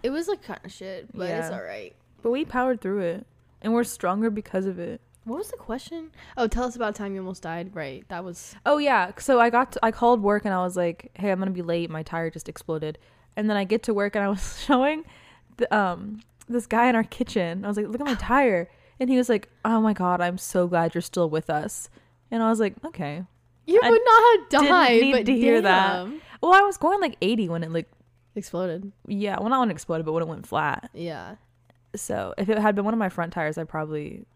B: It was like kind of shit, but it's
A: Yeah.
B: all right.
A: But we powered through it, and we're stronger because of it.
B: What was the question? Oh, tell us about a time you almost died. Right, that was.
A: Oh yeah. So I got to, I called work and I was like, "Hey, I'm gonna be late. My tire just exploded." And then I get to work and I was showing the, um this guy in our kitchen. I was like, "Look at my tire," and he was like, "Oh my god, I'm so glad you're still with us." And I was like, "Okay."
B: You
A: I
B: would not have
A: didn't
B: died,
A: need
B: but
A: to hear that.
B: damn.
A: Well, I was going like 80 when it like
B: Exploded.
A: yeah, well not when it exploded, but when it went flat.
B: Yeah.
A: So if it had been one of my front tires, I probably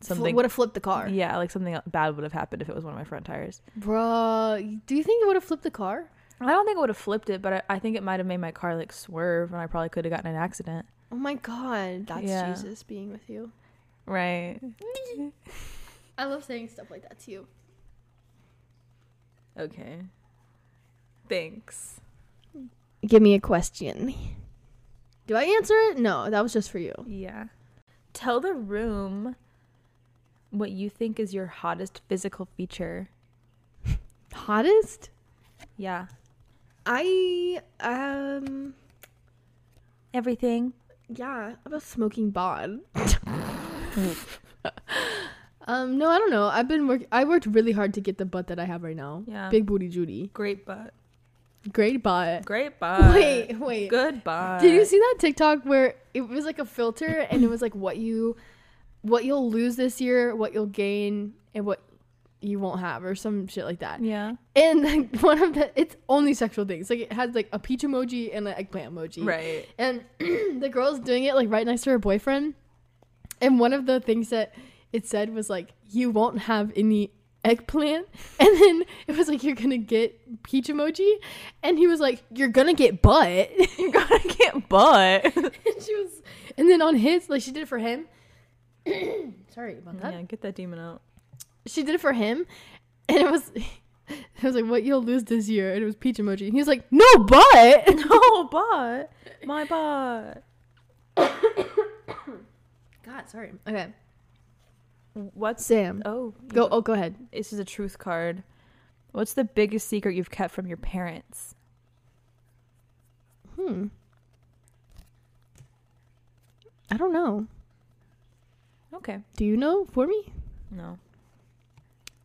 A: something
B: would have flipped the car.
A: yeah, like something bad would have happened if it was one of my front tires.
B: Bruh, do you think it would have flipped the car?
A: I don't think it would have flipped it, but I, I think it might have made my car like swerve, and I probably could have gotten an accident.
B: Oh my god, that's
A: Yeah.
B: Jesus being with you.
A: Right.
B: I love saying stuff like that to you.
A: Okay. Thanks.
B: Give me a question. Do I answer it? No, that was just for you.
A: Yeah. Tell the room what you think is your hottest physical feature.
B: Hottest?
A: Yeah.
B: I um
A: Everything.
B: yeah, I'm a smoking bod. um no, I don't know. I've been work I worked really hard to get the butt that I have right now.
A: Yeah.
B: Big booty Judy.
A: Great butt.
B: Great butt.
A: Great butt.
B: wait, wait.
A: Good butt.
B: Did you see that TikTok where it was like a filter and it was like what you what you'll lose this year, what you'll gain, and what you won't have or some shit like that.
A: Yeah.
B: And like one of the it's only sexual things. Like it has like a peach emoji and an eggplant emoji.
A: Right.
B: And the girl's doing it like right next to her boyfriend. And one of the things that it said was like, you won't have any eggplant. And then it was like, you're gonna get peach emoji. And he was like, you're gonna get butt.
A: You gotta get butt.
B: and she was and then on his like she did it for him sorry about that
A: yeah, get that demon out.
B: she did it for him and it was it was like what you'll lose this year and it was peach emoji and he was like no but
A: No butt. My butt.
B: god sorry okay
A: What's
B: sam
A: Oh,
B: go oh go ahead
A: This is a truth card. What's the biggest secret you've kept from your parents?
B: hmm i don't know
A: Okay.
B: do you know for me
A: No.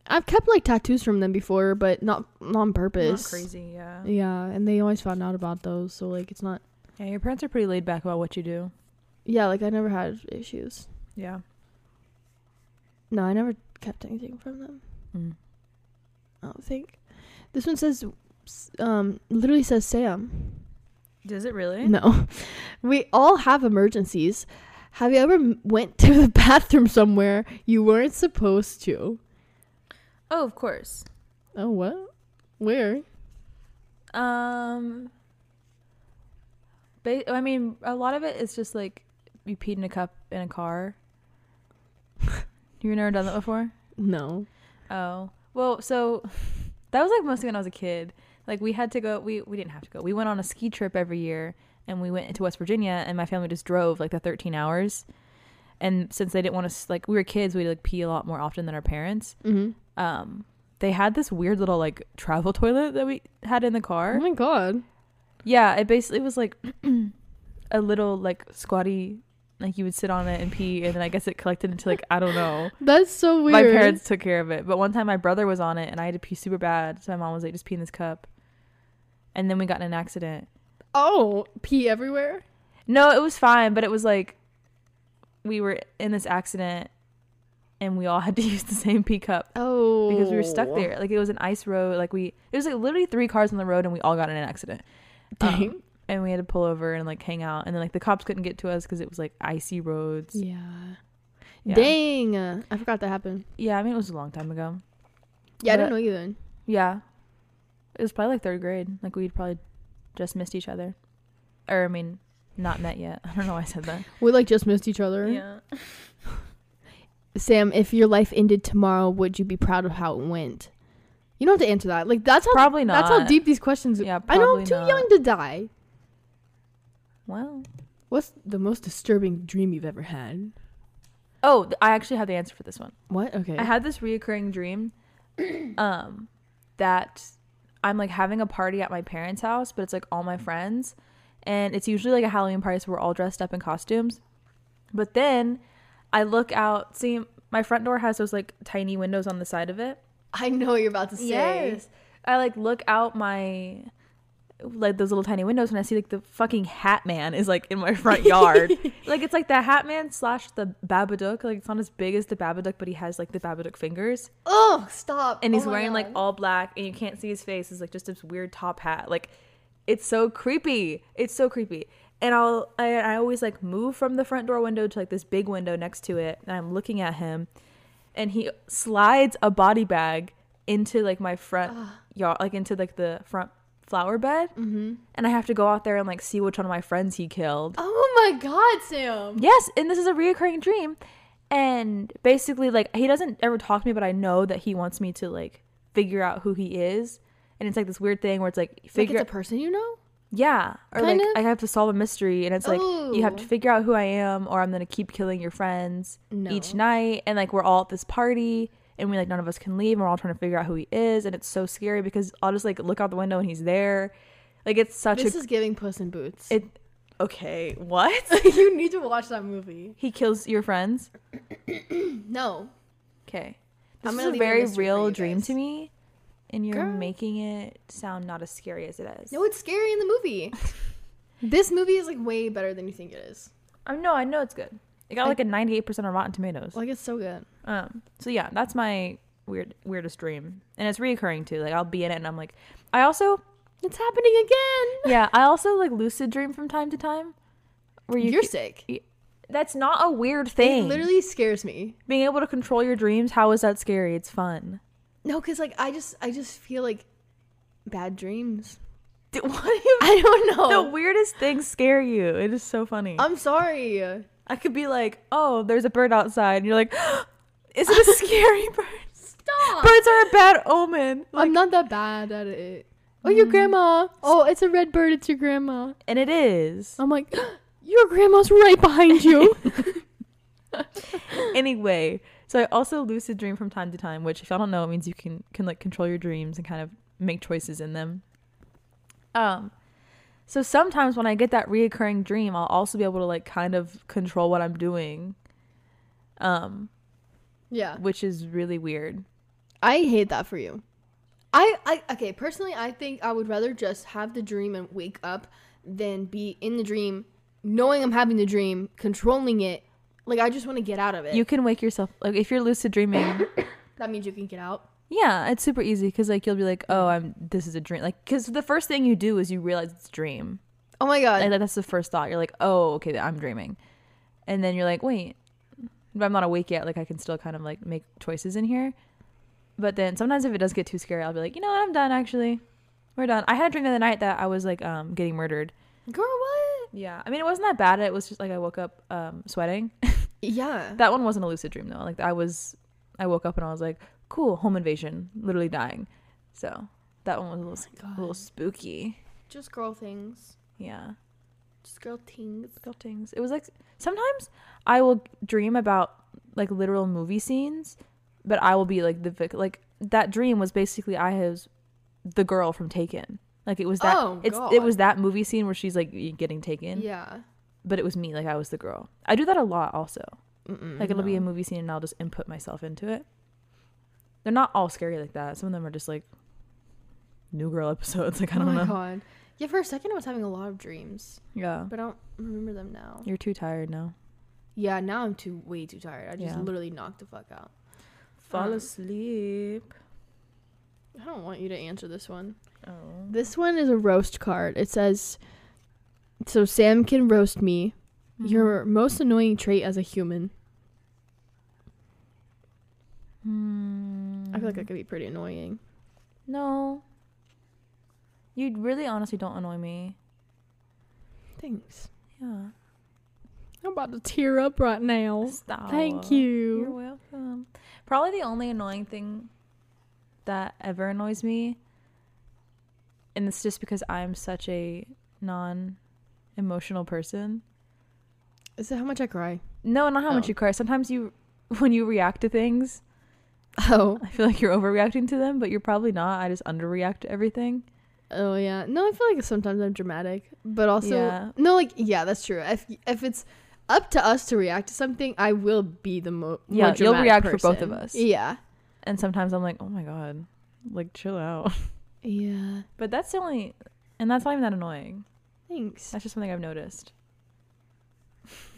B: i've kept like tattoos from them before but not, not on purpose
A: Not crazy, yeah.
B: yeah and they always found out about those so like it's not
A: Yeah, your parents are pretty laid back about what you do.
B: yeah like i never had issues
A: Yeah.
B: No, I never kept anything from them.
A: Mm.
B: I don't think. This one says, s- um, literally says Sam.
A: Does it really?
B: No, we all have emergencies. Have you ever m- went to the bathroom somewhere you weren't supposed to?
A: Oh, of course.
B: Oh, what? Where?
A: Um ba- I mean, a lot of it is just like you peed in a cup in a car. You've never done that before?
B: No.
A: Oh. Well, so that was like mostly when I was a kid. Like we had to go we we didn't have to go. We went on a ski trip every year and we went into West Virginia and my family just drove like the 13 hours. And since they didn't want us like we were kids, we'd like pee a lot more often than our parents.
B: Mm-hmm.
A: Um they had this weird little like travel toilet that we had in the
B: Oh
A: car.
B: my god.
A: Yeah, it basically was like a little like squatty like you would sit on it and pee and then I guess it collected into like I don't know
B: That's so weird.
A: my parents took care of it. But one time my brother was on it and I had to pee super bad. So my mom was like, just pee in this cup. And then we got in an accident.
B: Oh, pee everywhere.
A: No, it was fine, but it was like we were in this accident and we all had to use the same pee cup
B: Oh.
A: because we were stuck there. Like it was an ice road. Like we, it was like literally three cars on the road and we all got in an accident. Um,
B: Dang.
A: and we had to pull over and like hang out. And then like the cops couldn't get to us because it was like icy roads. Yeah.
B: yeah.
A: Yeah.
B: Dang. Uh, I forgot that happened.
A: I mean, it was a long time ago.
B: Yeah, I don't
A: But-
B: know either.
A: Yeah. It was probably like third grade. Like we'd probably just missed each other. Or I mean, not met yet. I don't know why I said that.
B: We like just missed each other.
A: Yeah.
B: Sam, if your life ended tomorrow, would you be proud of how it went? You don't have to answer that. Like that's how
A: Probably
B: That's how
A: not.
B: deep these questions.
A: Yeah,
B: I know
A: probably
B: I'm too
A: not.
B: young to die.
A: Well.
B: What's the most disturbing dream you've ever had?
A: Oh, th- I actually have the answer for this one.
B: What? Okay.
A: I had this reoccurring dream um that I'm like having a party at my parents' house, but it's like all my friends. And it's usually like a Halloween party, so we're all dressed up in costumes. But then I look out, see my front door has those like tiny windows on the side of it.
B: I know what you're about to say.
A: I like look out my like those little tiny windows and I see like the fucking hat man is like in my front yard. like it's like the hat man slash the Babadook. Like it's not as big as the Babadook, but he has like the Babadook fingers.
B: Oh, stop.
A: And he's
B: Oh my
A: wearing like
B: God.
A: all black and you can't see his face. It's like just this weird top hat. Like it's so creepy. It's so creepy. And I'll I, I always like move from the front door window to like this big window next to it and I'm looking at him and he slides a body bag into like my front yard, like into like the front flower bed, mm-hmm. and I have to go out there and like see which one of my friends he killed.
B: Oh my god, Sam.
A: Yes, and this is a reoccurring dream, and basically like he doesn't ever talk to me, but I know that he wants me to like figure out who he is, and it's like this weird thing where it's like
B: Like
A: figure
B: it's a person you know?
A: yeah, or
B: Kind
A: like
B: of?
A: I have to solve a mystery, and it's like you have to
B: Ooh.
A: figure out who I am, or I'm gonna keep killing your friends each
B: No.
A: night, and like we're all at this party, and we like none of us can leave, and we're all trying to figure out who he is, and it's so scary because I'll just like look out the window and he's there, like it's such
B: This
A: a
B: is giving Puss in Boots.
A: it. Okay, what?
B: you need to watch that movie.
A: he kills your friends.
B: No.
A: Okay, this
B: I'm
A: is
B: gonna
A: a
B: leave it a
A: very
B: mystery for
A: real
B: you
A: dream
B: guys.
A: to me, and you're
B: Girl.
A: making it sound not as scary as it is.
B: No, it's scary in the movie. this movie is like way better than you think it is.
A: I know, I know it's good. It got
B: I-
A: like a 98% on Rotten Tomatoes.
B: Like it's so good.
A: Um, so yeah, that's my weird weirdest dream, and it's reoccurring too. Like I'll be in it, and I'm like, I also
B: It's happening again.
A: yeah, I also like lucid dream from time to time, where you
B: You're sick.
A: that's not a weird
B: It
A: thing.
B: literally scares me.
A: being able to control your dreams, how is that scary? It's fun.
B: No, cause like I just I just feel like bad dreams.
A: Dude, what do you?
B: I don't know.
A: The weirdest things scare you. It is so funny.
B: I'm sorry.
A: I could be like, oh, there's a bird outside, and you're like, is it a scary bird?
B: Stop.
A: Birds are a bad omen.
B: I'm not that bad at it. Oh, your grandma. Oh, it's a red bird. It's your grandma.
A: And it is.
B: I'm like, your grandma's right behind you.
A: anyway, so I also lucid dream from time to time, which if y'all don't know, it means you can can like control your dreams and kind of make choices in them. Um, so sometimes when I get that reoccurring dream, I'll also be able to like kind of control what I'm doing, um,
B: yeah,
A: which is really weird.
B: I hate that for you. I, I okay. Personally, I think I would rather just have the dream and wake up than be in the dream, knowing I'm having the dream, controlling it. Like I just want to get out of it.
A: You can wake yourself like if you're lucid dreaming.
B: that means you can get out.
A: yeah, it's super easy because like you'll be like, oh, I'm this is a dream. Like because the first thing you do is you realize it's a dream.
B: Oh my god.
A: Like, that- that's the first thought. You're like, oh, okay, I'm dreaming. And then you're like, wait, but I'm not awake yet. Like I can still kind of like make choices in here. But then sometimes if it does get too scary, I'll be like, you know what, I'm done actually. We're done. I had a dream the other night that I was like um getting murdered.
B: Girl, what?
A: Yeah. I mean it wasn't that bad. It was just like I woke up um sweating.
B: Yeah.
A: that one wasn't a lucid dream though. Like I was I woke up and I was like, cool, home invasion, literally dying. So that one was a little,
B: God.
A: a little spooky.
B: Just girl things.
A: Yeah.
B: Just girl things.
A: buildings. It was like sometimes I will dream about like literal movie scenes, but I will be like the vic- like that dream was basically I was the girl from Taken. Like it was that
B: Oh,
A: it's it
B: God.
A: was that movie scene where she's like getting taken,
B: Yeah.
A: but it was me. Like I was the girl. I do that a lot also.
B: Mm-mm,
A: Like it'll be
B: no.
A: a movie scene and I'll just input myself into it. They're not all scary like that. Some of them are just like new girl episodes. Like I
B: oh
A: don't
B: my
A: know.
B: god. Yeah, for a second I was having a lot of dreams,
A: Yeah,
B: but I don't remember them now.
A: you're too tired now.
B: Yeah, now I'm too way too tired. I just
A: Yeah.
B: literally knocked the fuck out.
A: Fall
B: Um,
A: asleep.
B: I don't want you to answer this one.
A: Oh.
B: This one is a roast card. It says So Sam can roast me.
A: Hmm.
B: Your most annoying trait as a human. I feel like that could be pretty annoying.
A: Hmm. No. You really honestly don't annoy me.
B: Thanks.
A: Yeah.
B: I'm about to tear up right now.
A: Stop.
B: Oh, Thank
A: You're
B: you.
A: welcome. Probably the only annoying thing that ever annoys me, and it's just because I'm such a non emotional person.
B: Is it how much I cry?
A: No, not how much
B: Oh.
A: you cry. Sometimes you, when you react to things,
B: Oh.
A: I feel like you're overreacting to them, but you're probably not. I just underreact to everything.
B: Oh yeah. No, I feel like sometimes I'm dramatic, but also
A: Yeah.
B: no, like yeah, that's true. If if it's up to us to react to something, I will be the mo-
A: Yeah,
B: more
A: you'll
B: dramatic
A: react for both of
B: person.
A: us.
B: Yeah.
A: And sometimes I'm like, oh my god, like chill out.
B: Yeah.
A: But that's the only, and that's not even that annoying.
B: Thanks.
A: That's just something I've noticed.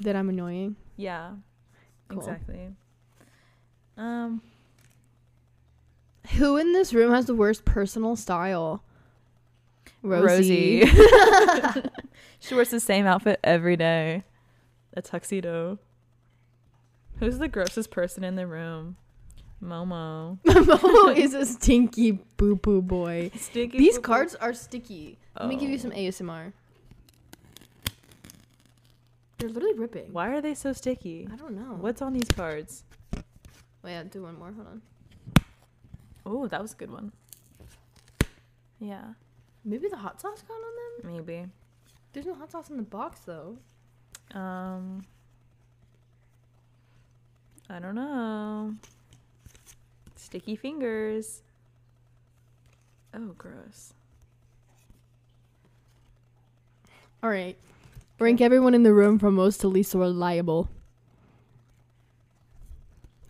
B: That I'm annoying.
A: Yeah,
B: Cool.
A: exactly. Um,
B: Who in this room has the worst personal style?
A: Rosie. she wears the same outfit every day, a tuxedo. Who's the grossest person in the room? Momo.
B: Momo is a stinky boo boo boy.
A: Sticky
B: These
A: purple-
B: cards are sticky. Let me give you
A: Oh.
B: some ASMR. They're literally ripping.
A: Why are they so sticky?
B: I don't know.
A: What's on these cards?
B: Wait, I'll do one more. Hold on.
A: Oh, that was a good one. Yeah,
B: Maybe the hot sauce got on them?
A: maybe.
B: There's no hot sauce in the box though.
A: Um, I don't know. Sticky fingers. Oh, gross.
B: All right. Rank everyone in the room from most to least reliable.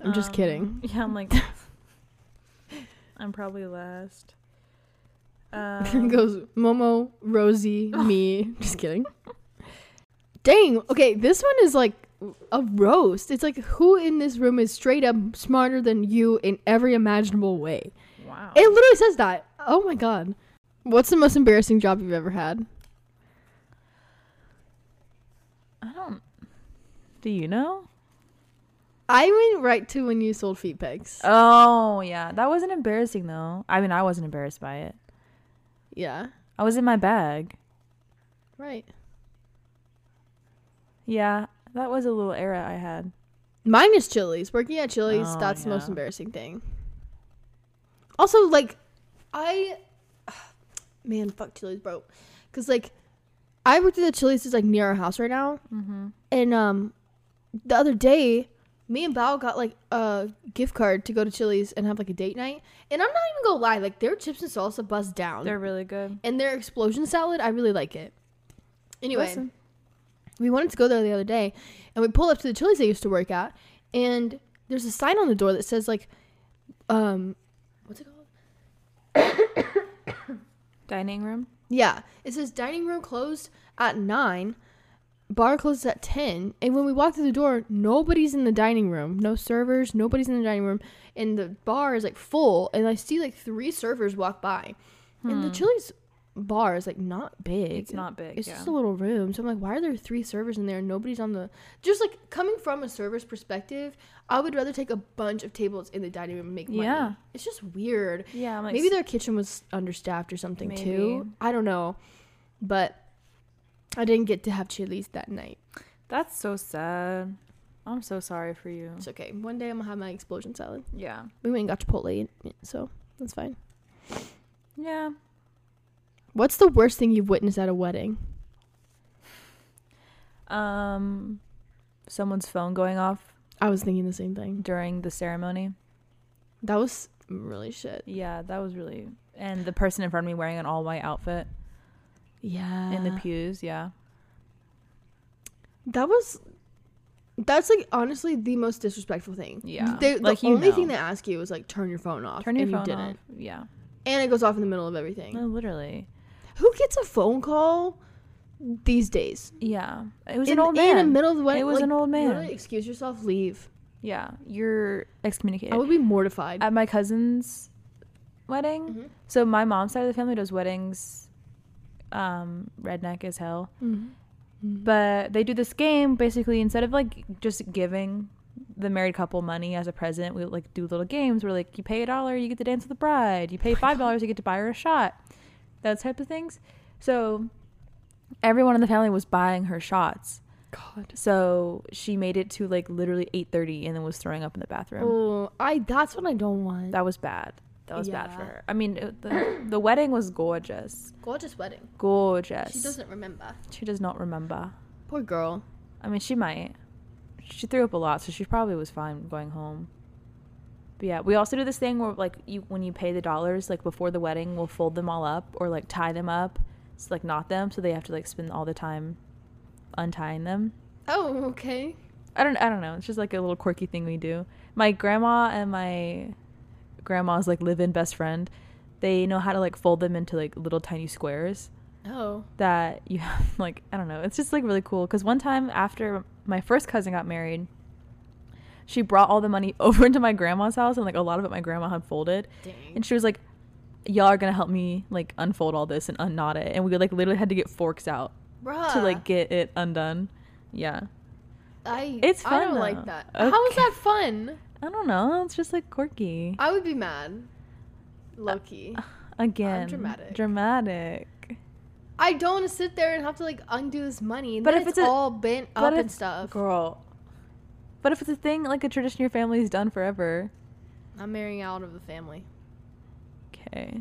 B: I'm just
A: Um,
B: kidding.
A: Yeah, I'm like, I'm probably last.
B: It
A: Um,
B: goes Momo, Rosie, me. Just kidding. Dang. Okay, this one is like a roast. It's like who in this room is straight up smarter than you in every imaginable way.
A: wow.
B: It literally says that. Oh my god. What's the most embarrassing job you've ever had?
A: I don't. Do you know?
B: I went right to when you sold feet pics.
A: Oh yeah, that wasn't embarrassing though. I mean, I wasn't embarrassed by it.
B: Yeah.
A: I was in my bag.
B: Right.
A: Yeah, that was a little era I had.
B: Mine is Chili's. Working at Chili's,
A: Oh,
B: that's the most
A: yeah.
B: embarrassing thing. Also, like, I, man, fuck Chili's, bro, because like, I worked at the Chili's that's like near our house right now,
A: Mm-hmm.
B: and um, the other day, me and Bao got like a gift card to go to Chili's and have like a date night, and I'm not even gonna lie, like their chips and salsa bust down,
A: They're really good.
B: and their explosion salad, I really like it. Anyway
A: Listen.
B: we wanted to go there the other day and we pulled up to the chili's i used to work at and there's a sign on the door that says like um what's it called
A: dining room.
B: yeah it says dining room closed at nine bar closes at 10 and when we walked through the door nobody's in the dining room no servers nobody's in the dining room and the bar is like full and i see like three servers walk by and the chili's bar is like not big
A: Hmm. It's not big.
B: it's
A: yeah.
B: just a little room. So I'm like, why are there three servers in there? and Nobody's on the. Just like coming from a server's perspective, I would rather take a bunch of tables in the dining room and make money.
A: Yeah.
B: It's just weird.
A: yeah, I'm like,
B: Maybe their kitchen was understaffed or something too.
A: Maybe.
B: I don't know. But I didn't get to have Chili's that night.
A: that's so sad. I'm so sorry for you.
B: It's okay. One day I'm going to have my explosion salad.
A: Yeah.
B: We went and got Chipotle, so that's fine.
A: Yeah.
B: What's the worst thing you've witnessed at a wedding?
A: Um someone's phone going off
B: I was thinking the same thing.
A: during the ceremony.
B: That was really shit.
A: Yeah, that was really and the person in front of me wearing an all white outfit
B: Yeah.
A: in the pews, yeah.
B: That was that's like honestly the most disrespectful thing.
A: Yeah.
B: They,
A: Like,
B: the
A: you
B: only
A: know.
B: thing they ask you is like turn your phone off.
A: Turn your
B: and
A: phone
B: you didn't.
A: off. Yeah.
B: And it goes off in the middle of
A: No,
B: everything.
A: literally.
B: Who gets a phone call these days?
A: Yeah. It was
B: in,
A: an old
B: in
A: man.
B: the middle of the wedding.
A: It was
B: like,
A: an old man.
B: literally, excuse yourself, leave.
A: Yeah. You're excommunicated.
B: I would be mortified.
A: at my cousin's wedding.
B: Mhm.
A: So my mom's side of the family does weddings um redneck as hell.
B: Mhm.
A: But they do this game basically instead of like just giving the married couple money as a present, we like do little games where like you pay a dollar, you get to dance with the bride. You pay
B: Oh
A: five dollars, you get to buy her a shot. That type of things. So everyone in the family was buying her shots.
B: God.
A: So she made it to like literally eight thirty and then was throwing up in the bathroom.
B: Oh, I. That's what I don't want.
A: That was bad. That was bad for
B: Yeah.
A: her. I mean, it, the the wedding was gorgeous,
B: Gorgeous wedding.
A: gorgeous.
B: She doesn't remember.
A: She does not remember.
B: Poor girl.
A: I mean, she might. She threw up a lot, so she probably was fine going home. But yeah, we also do this thing where like you when you pay the dollars, like before the wedding, we'll fold them all up or like tie them up, so like knot them, so they have to like spend all the time untying them.
B: Oh, okay.
A: I don't I don't know. It's just like a little quirky thing we do. My grandma and my grandma's like live in best friend, they know how to like fold them into like little tiny squares
B: Oh.
A: that you have like I don't know. It's just like really cool because one time after my first cousin got married, she brought all the money over into my grandma's house and like a lot of it my grandma had folded,
B: Dang.
A: and she was like, "Y'all are gonna help me like unfold all this and unknot it," and we like literally had to get forks out
B: Bruh.
A: to like get it undone. Yeah,
B: I,
A: it's
B: I don't
A: fun,
B: like
A: though.
B: that. How is
A: Okay.
B: that fun?
A: I don't know. It's just like quirky
B: I would be mad.
A: Uh,
B: Loki.
A: again.
B: dramatic.
A: Dramatic.
B: I don't want to sit there and have to like undo this money. And
A: But
B: then
A: if
B: it's,
A: it's a-
B: all bent
A: but
B: up and
A: if-
B: stuff.
A: Girl. But if it's a thing like a tradition your family's done forever,
B: I'm marrying out of the family.
A: okay.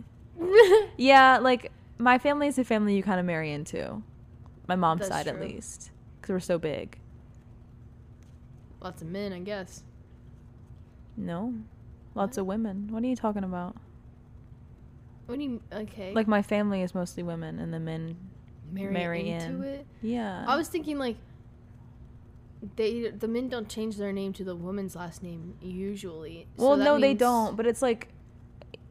A: Yeah, like my family is a family you kind of marry into. My mom's
B: That's
A: side, at
B: true.
A: least, because we're so big.
B: Lots of men, I guess.
A: No, lots of women. What are you talking about?
B: What do you okay?
A: Like my family is mostly women, and the men.
B: marry,
A: marry
B: into
A: in. Uh.
B: it.
A: Yeah.
B: I was thinking like they the men don't change their name to the woman's last name usually. So
A: well,
B: that
A: no, they
B: means-
A: don't. But it's like,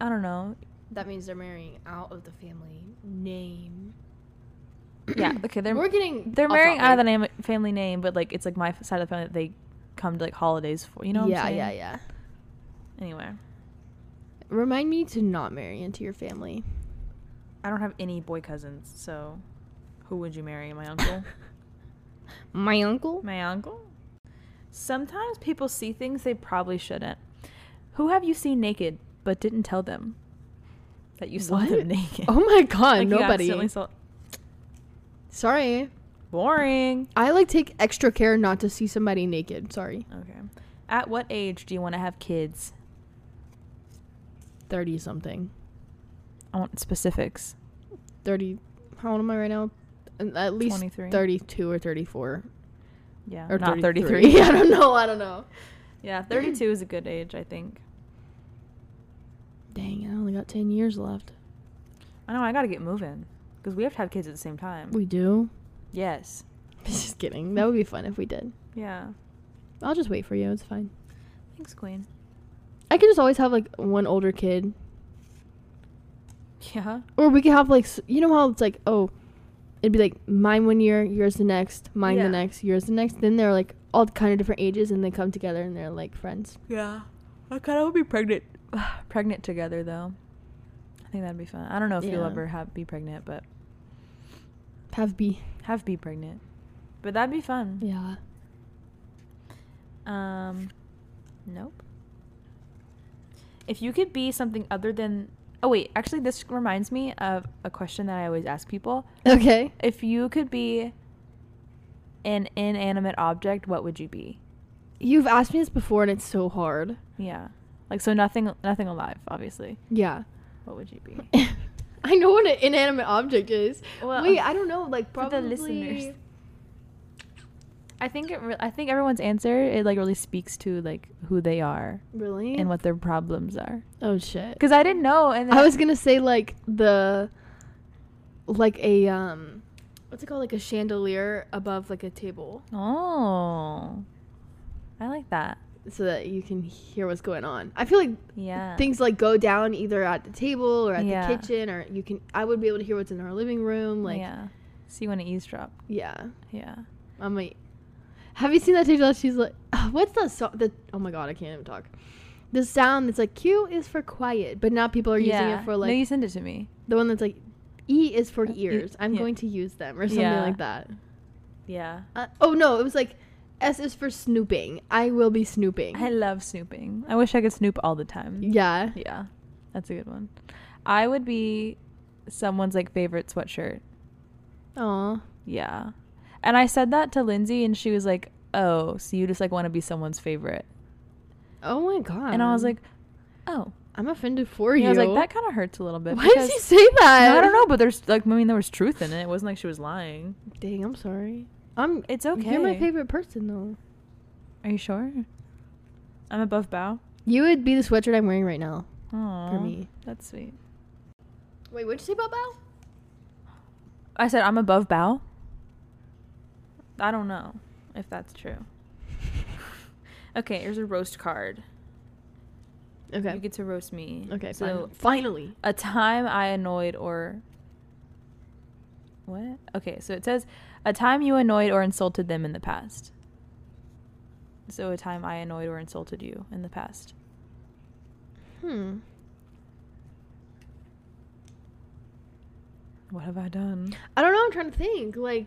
A: I don't know.
B: That means they're marrying out of the family name.
A: Yeah. Okay. They're
B: We're getting
A: they're
B: off
A: marrying out of the
B: topic.
A: name family name, but like it's like my side of the family that they come to like holidays for. You know? What
B: yeah,
A: I'm saying?
B: yeah, yeah.
A: Anyway,
B: Remind me to not marry into your family.
A: I don't have any boy cousins, so who would you marry? My uncle.
B: My uncle?
A: My uncle? Sometimes people see things they probably shouldn't. Who have you seen naked but didn't tell them that you saw
B: What?
A: them naked?
B: Oh my god,
A: Like, you
B: nobody.
A: accidentally saw-
B: Sorry.
A: Boring.
B: I like take extra care not to see somebody naked. Sorry.
A: Okay. At what age do you want to have kids?
B: 30 something.
A: I want specifics.
B: 30. How old am I right now? An- At least
A: 23.
B: 32 or 34.
A: Yeah,
B: Or
A: not 33.
B: I don't know. I don't know.
A: Yeah, 32 is a good age, I think.
B: Dang, I only got 10 years left.
A: I know, I got to get moving because we have to have kids at the same time.
B: We do?
A: Yes.
B: Just kidding. That would be fun if we did.
A: Yeah.
B: I'll just wait for you. It's fine.
A: Thanks, Queen.
B: I could just always have like one older kid.
A: Yeah.
B: Or we could have like, s- you know how it's like, oh, it'd be like mine one year, yours the next, mine
A: Yeah.
B: the next, yours the next. Then they're like all kind of different ages and they come together and they're like friends.
A: Yeah. I kind of would be pregnant. pregnant together, though. I think that'd be fun. I don't know if you'll
B: Yeah.
A: ever have be pregnant, but
B: Have be.
A: have be pregnant. But that'd be fun.
B: Yeah.
A: Um, nope. If you could be something other than. Oh, wait. Actually, this reminds me of a question that I always ask people.
B: Okay.
A: If you could be an inanimate object, what would you be?
B: You've asked me this before and it's so hard.
A: Yeah. Like, so nothing, nothing alive, obviously.
B: Yeah.
A: What would you be?
B: I know what an inanimate object is.
A: Well, um,
B: Wait, I don't know. Like
A: for
B: probably
A: the listeners. I think it. Re- I think everyone's answer it like really speaks to like who they are
B: Really?
A: and what their problems are.
B: Oh shit.
A: Because I didn't know, and then
B: I was gonna say like the like a um what's it called? Like a chandelier above like a table
A: Oh, I like that.
B: so that you can hear what's going on. I feel like
A: Yeah.
B: things like go down either at the table or at
A: Yeah.
B: the kitchen or you can I would be able to hear what's in our living room. Um, Like yeah.
A: yeah. So you want to eavesdrop? Yeah.
B: I'm like, have you seen that TikTok? She's like, what's that song? The oh my god, I can't even talk. The sound that's like Q is for quiet, but now people are using
A: Yeah.
B: it for like
A: No, you send it to me.
B: the one that's like E is for
A: Uh, e-
B: ears. I'm
A: yeah.
B: going to use them or something
A: Yeah.
B: like that.
A: Yeah.
B: Uh, oh no, it was like S is for snooping. I will be snooping.
A: I love snooping. I wish I could snoop all the time.
B: yeah.
A: Yeah. That's a good one. I would be someone's like favorite sweatshirt.
B: Aw.
A: Yeah. And I said that to Lindsay and she was like, "Oh, so you just like want to be someone's favorite."
B: Oh my god.
A: And I was like, "Oh,
B: I'm offended for
A: Yeah,
B: you.
A: I was like, that kind of hurts a little bit.
B: Why does he say that?
A: I don't know, but there's like, I mean, there was truth in it. It wasn't like she was lying.
B: Dang, I'm sorry. I'm.
A: It's okay.
B: You're my favorite person though.
A: Are you sure? I'm above bow.
B: You would be the sweatshirt I'm wearing right now.
A: Aww,
B: me.
A: that's sweet.
B: Wait, what'd you say about Bao?
A: I said I'm above bow. I don't know if that's true. okay, here's a roast card.
B: Okay.
A: You get to roast me.
B: okay.
A: So uh,
B: finally.
A: a time I annoyed or what? Okay, so it says a time you annoyed or insulted them in the past. So a time I annoyed or insulted you in the past.
B: Hmm.
A: What have I done?
B: I don't know. I'm trying to think. Like.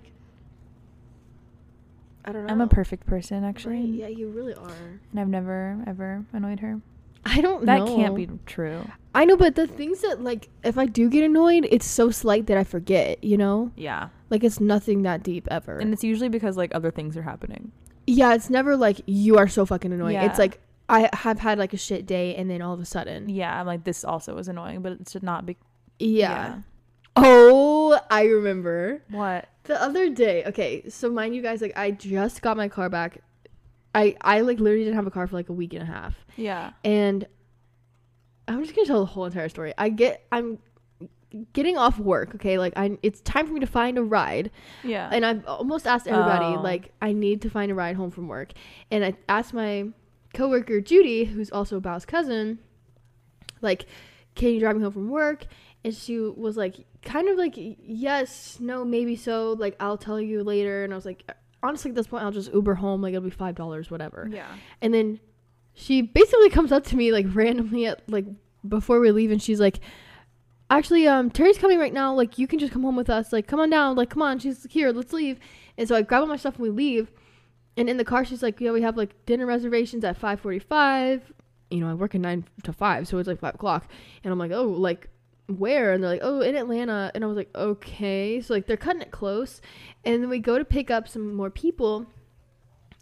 B: I don't know.
A: I'm a perfect person actually.
B: Right, Yeah, you really are.
A: And I've never ever annoyed her.
B: I don't
A: That
B: know.
A: can't be true.
B: I know, but the things that like, if I do get annoyed, it's so slight that I forget. You know,
A: Yeah.
B: like it's nothing that deep ever.
A: And it's usually because like other things are happening.
B: yeah, it's never like you are so fucking annoying. It's
A: Yeah.
B: like I have had like a shit day, and then all of a sudden, yeah.
A: Yeah, I'm like this also was annoying, but it should not be
B: Oh, I remember
A: Yeah. What?
B: the other day. Okay, so mind you guys, like I just got my car back. I I like literally didn't have a car for like a week and a half.
A: Yeah.
B: and I'm just gonna tell the whole entire story. I get I'm getting off work, okay? Like I it's time for me to find a ride.
A: Yeah.
B: And I've almost asked everybody,
A: Oh.
B: like, I need to find a ride home from work. And I asked my coworker Judy, who's also Bao's cousin, like, can you drive me home from work? And she was like, kind of like, yes, no, maybe so. Like, I'll tell you later. And I was like, honestly, at this point, I'll just Uber home. Like, it'll be five dollars, whatever.
A: yeah.
B: And then she basically comes up to me like randomly at like before we leave and she's like actually um Terry's coming right now like you can just come home with us like come on down like come on she's here let's leave and so I grab all my stuff and we leave and in the car she's like yeah we have like dinner reservations at 5:45 you know I work at 9 to 5 so it's like 5 o'clock and I'm like oh like where and they're like oh in Atlanta and I was like okay so like they're cutting it close and then we go to pick up some more people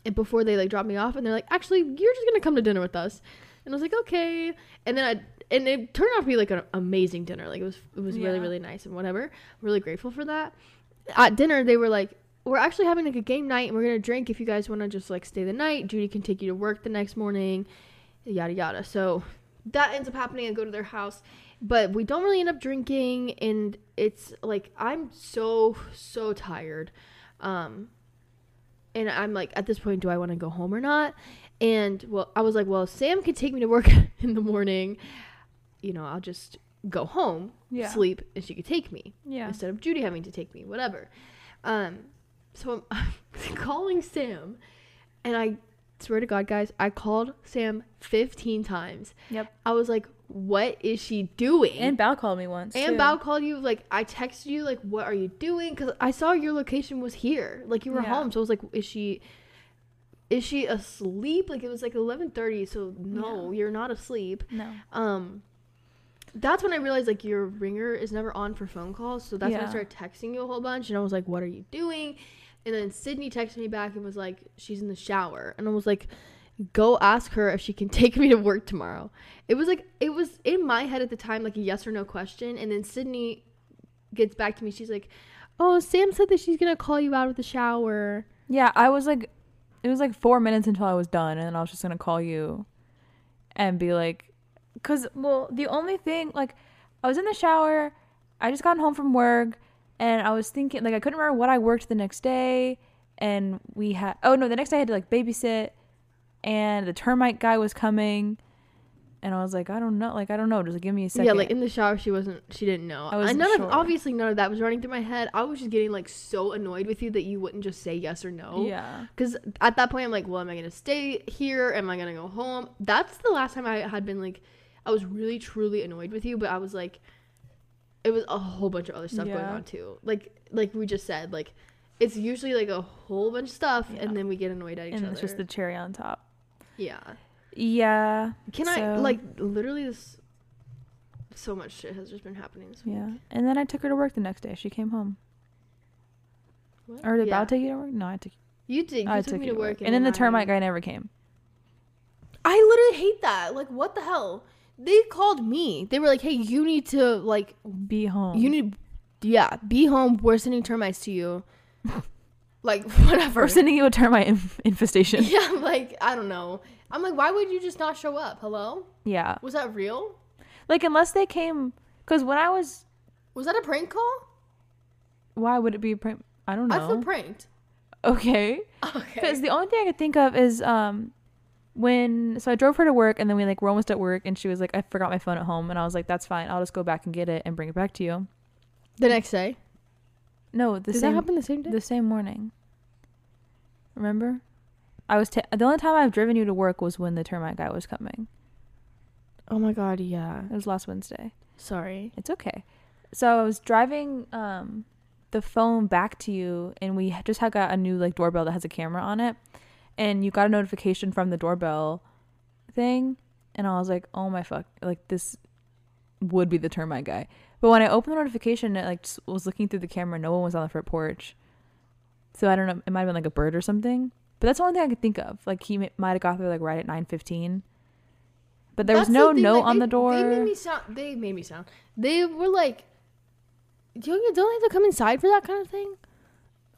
B: and before they like drop me off and they're like actually you're just gonna come to dinner with us and i was like okay and then i and it turned out to be like an amazing dinner like it was it was really
A: Yeah.
B: really nice and whatever really grateful for that at dinner they were like we're actually having like a game night and we're gonna drink if you guys want to just like stay the night judy can take you to work the next morning yada yada so that ends up happening i go to their house but we don't really end up drinking and it's like i'm so so tired um and I'm like, at this point, do I want to go home or not? And well, I was like, well, Sam could take me to work in the morning. You know, I'll just go home,
A: Yeah.
B: sleep, and she could take me
A: Yeah.
B: instead of Judy having to take me, whatever. Um, so I'm, I'm calling Sam, and I swear to God, guys, I called Sam 15 times.
A: Yep.
B: I was like, what is she doing?
A: And Bao called me once.
B: And
A: too.
B: Bao called you like I texted you like what are you doing because I saw your location was here like you were
A: Yeah.
B: home so I was like is she is she asleep like it was like eleven thirty so no you're not asleep
A: No.
B: um that's when I realized like your ringer is never on for phone calls so that's when I
A: Yeah.
B: started texting you a whole bunch and I was like what are you doing and then Sydney texted me back and was like she's in the shower and I was like go ask her if she can take me to work tomorrow. It was like it was in my head at the time like a yes or no question, and then Sydney gets back to me. She's like, "Oh, Sam said that she's gonna call you out of the shower."
A: Yeah, I was like, it was like four minutes until I was done, and then I was just gonna call you, and be like, cause well, the only thing like, I was in the shower, I just got home from work, and I was thinking like I couldn't remember what I worked the next day, and we had oh no, the next day I had to like babysit, and the termite guy was coming, and I was like I don't know, like I don't know, just like, give me a second.
B: Yeah, like in the shower, she wasn't. She didn't know.
A: I
B: I
A: wasn't
B: none of
A: sure.
B: obviously none of that was running through my head. I was just getting like so annoyed with you that you wouldn't just say yes or no.
A: yeah,
B: Because at that point, I'm like, well, am I gonna stay here? Am I gonna go home? That's the last time I had been like, I was really truly annoyed with you, but I was like, it was a whole bunch of other stuff going
A: Yeah.
B: on too. Like, like we just said, like it's usually like a whole bunch of stuff,
A: Yeah.
B: and then we get annoyed at each
A: and
B: other.
A: it's just the cherry on top.
B: yeah.
A: Yeah,
B: Can I
A: So-
B: like literally this? So much shit has just been happening this week.
A: yeah, and then I took her to work the next day. She came home.
B: What?
A: Or did
B: Yeah.
A: Bao take you to work? No, I took.
B: You did. You
A: I
B: took, me
A: you
B: to work,
A: and, then the
B: I-
A: termite guy never came.
B: I literally hate that. Like, what the hell? they called me. They were like, "Hey, you need to like
A: Be home.
B: you need yeah, be home. We're sending termites to you." like whatever.
A: We're sending you a termite inf- infestation.
B: yeah, I'm like I don't know. I'm like, "Why would you just not show up?" Hello?
A: Yeah.
B: Was that real?
A: Like unless they came, because when I was,
B: Was that a prank call?
A: why would it be? a prank? I don't
B: I feel
A: know.
B: pranked.
A: okay.
B: Okay.
A: Because the only thing I could think of is um when so I drove her to work and then we like were almost at work and she was like I forgot my phone at home and I was like that's fine I'll just go back and get it and bring it back to you.
B: The next day.
A: No, the
B: Did
A: same
B: that happen the same day?
A: the same morning. Remember? I was ta- the only time I've driven you to work was when the termite guy was coming.
B: oh my god, yeah.
A: It was last Wednesday.
B: Sorry.
A: It's okay. So I was driving um, the phone back to you, and we just had got a new like doorbell that has a camera on it, and you got a notification from the doorbell thing, and I was like, oh my fuck, like this would be the termite guy. But when I opened the notification, it like s- was looking through the camera. No one was on the front porch, so I don't know. It might have been like a bird or something. But that's the only thing I could think of. Like he m- might have got there like right at nine fifteen. But there
B: That's
A: was no
B: thing,
A: note
B: like,
A: on
B: they-
A: the door.
B: They made me sound. They made me sound. They were like, "Don't you don't they have to come inside for that kind of thing?"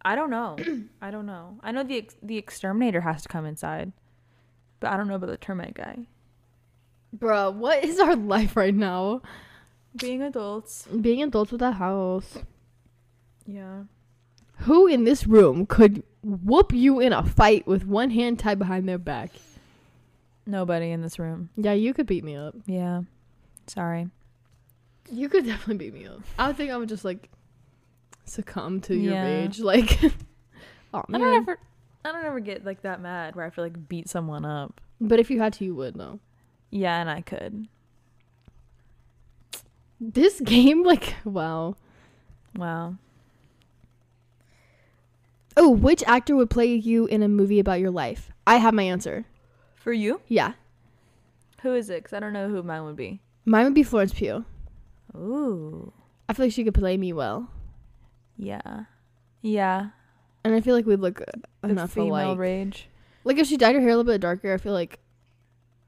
A: I don't know. I don't know. I know the ex- the exterminator has to come inside, but I don't know about the termite guy.
B: Bruh, what is our life right now?
A: Being adults.
B: Being adults with a house.
A: Yeah.
B: Who in this room could whoop you in a fight with one hand tied behind their back?
A: Nobody in this room.
B: Yeah, you could beat me up.
A: Yeah. Sorry.
B: You could definitely beat me up. I would think I would just like succumb to your
A: Yeah.
B: rage. Like, oh
A: I
B: man.
A: don't ever. I don't ever get like that mad where I have to like beat someone up.
B: but if you had to, you would know.
A: Yeah, and I could.
B: This game, like, wow.
A: Wow.
B: Oh, which actor would play you in a movie about your life? I have my answer.
A: For you,
B: Yeah.
A: who is it? Cause I don't know who mine would be.
B: Mine would be Florence Pugh.
A: Ooh.
B: I feel like she could play me well.
A: Yeah. Yeah.
B: And I feel like we'd look
A: The
B: enough
A: female
B: alike.
A: rage.
B: like if she dyed her hair a little bit darker, I feel like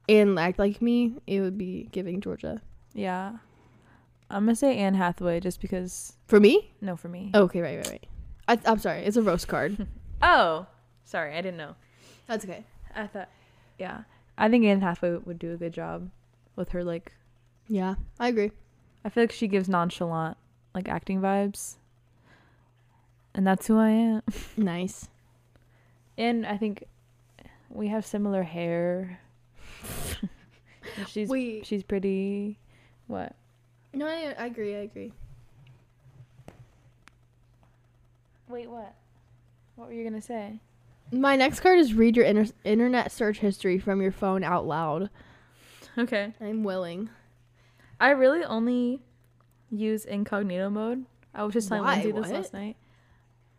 B: and act like me, it would be giving Georgia.
A: Yeah. I'm gonna say Anne Hathaway just because.
B: For me?
A: No, for me.
B: Oh, okay, right, right, right. I, I'm sorry. It's a roast card.
A: oh. Sorry, I didn't know.
B: That's okay.
A: I thought, yeah, I think Anne Hathaway would do a good job with her. Like,
B: Yeah, I agree.
A: I feel like she gives nonchalant like acting vibes, and that's who I am.
B: Nice.
A: And I think we have similar hair. And she's
B: Wait.
A: she's pretty. What?
B: No, I, I agree. I agree.
A: Wait, what? What were you gonna say?
B: My next card is read your inter- internet search history from your phone out loud.
A: Okay,
B: I'm willing.
A: I really only use incognito mode. I was just telling
B: Why?
A: Lindsay this
B: What?
A: last night.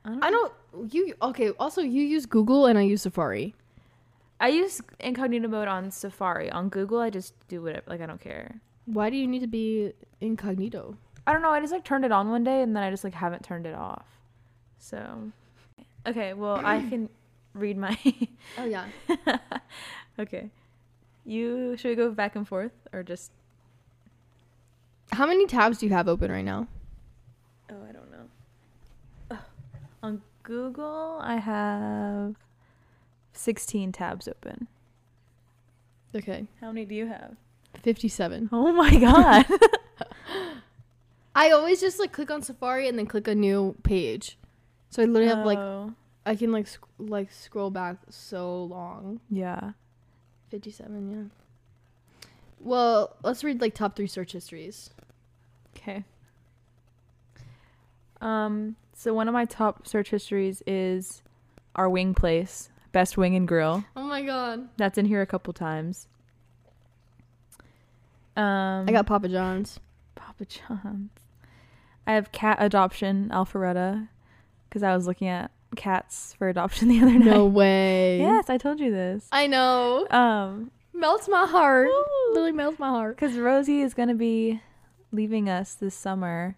A: don't
B: I don't. You okay? Also, you use Google and I use Safari.
A: I use incognito mode on Safari. On Google, I just do whatever. Like I don't care.
B: Why do you need to be incognito?
A: I don't know. I just like turned it on one day, and then I just like haven't turned it off. So, okay. Well, I can read my.
B: Oh yeah.
A: okay, you should we go back and forth or just?
B: How many tabs do you have open right now?
A: Oh, I don't know. Ugh. On Google, I have sixteen tabs open.
B: Okay,
A: How many do you have?
B: fifty-seven.
A: Oh my god.
B: I always just like click on Safari and then click a new page, so I literally have like
A: Oh,
B: I can like sc- like scroll back so long.
A: yeah.
B: Fifty-seven, yeah. Well, let's read like top three search histories.
A: Okay. Um, so one of my top search histories is our wing place, best wing and grill.
B: Oh my god!
A: That's in here a couple times. Um,
B: I got Papa John's.
A: Papa John's. I have cat adoption Alpharetta because I was looking at cats for adoption the other
B: No
A: night.
B: way.
A: Yes, I told you this.
B: I know.
A: Um,
B: Melts my heart. Literally melts my heart.
A: because Rosie is gonna be leaving us this summer,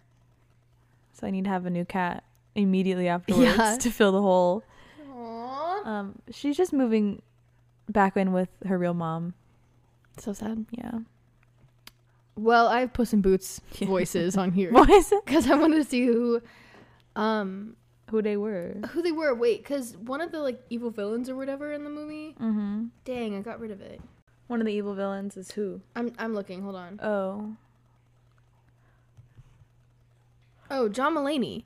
A: so I need to have a new cat immediately afterwards
B: Yeah.
A: to fill the hole.
B: Aww.
A: Um, she's just moving back in with her real mom.
B: So sad.
A: Yeah.
B: Well, I have Puss in Boots
A: Yeah.
B: voices on here
A: What is it?
B: because I wanted to see who, um,
A: Who they were.
B: who they were. Wait, because one of the like evil villains or whatever in the movie.
A: Mm-hmm.
B: Dang, I got rid of it.
A: One of the evil villains is who?
B: I'm I'm looking. Hold on.
A: Oh.
B: Oh, John Mulaney.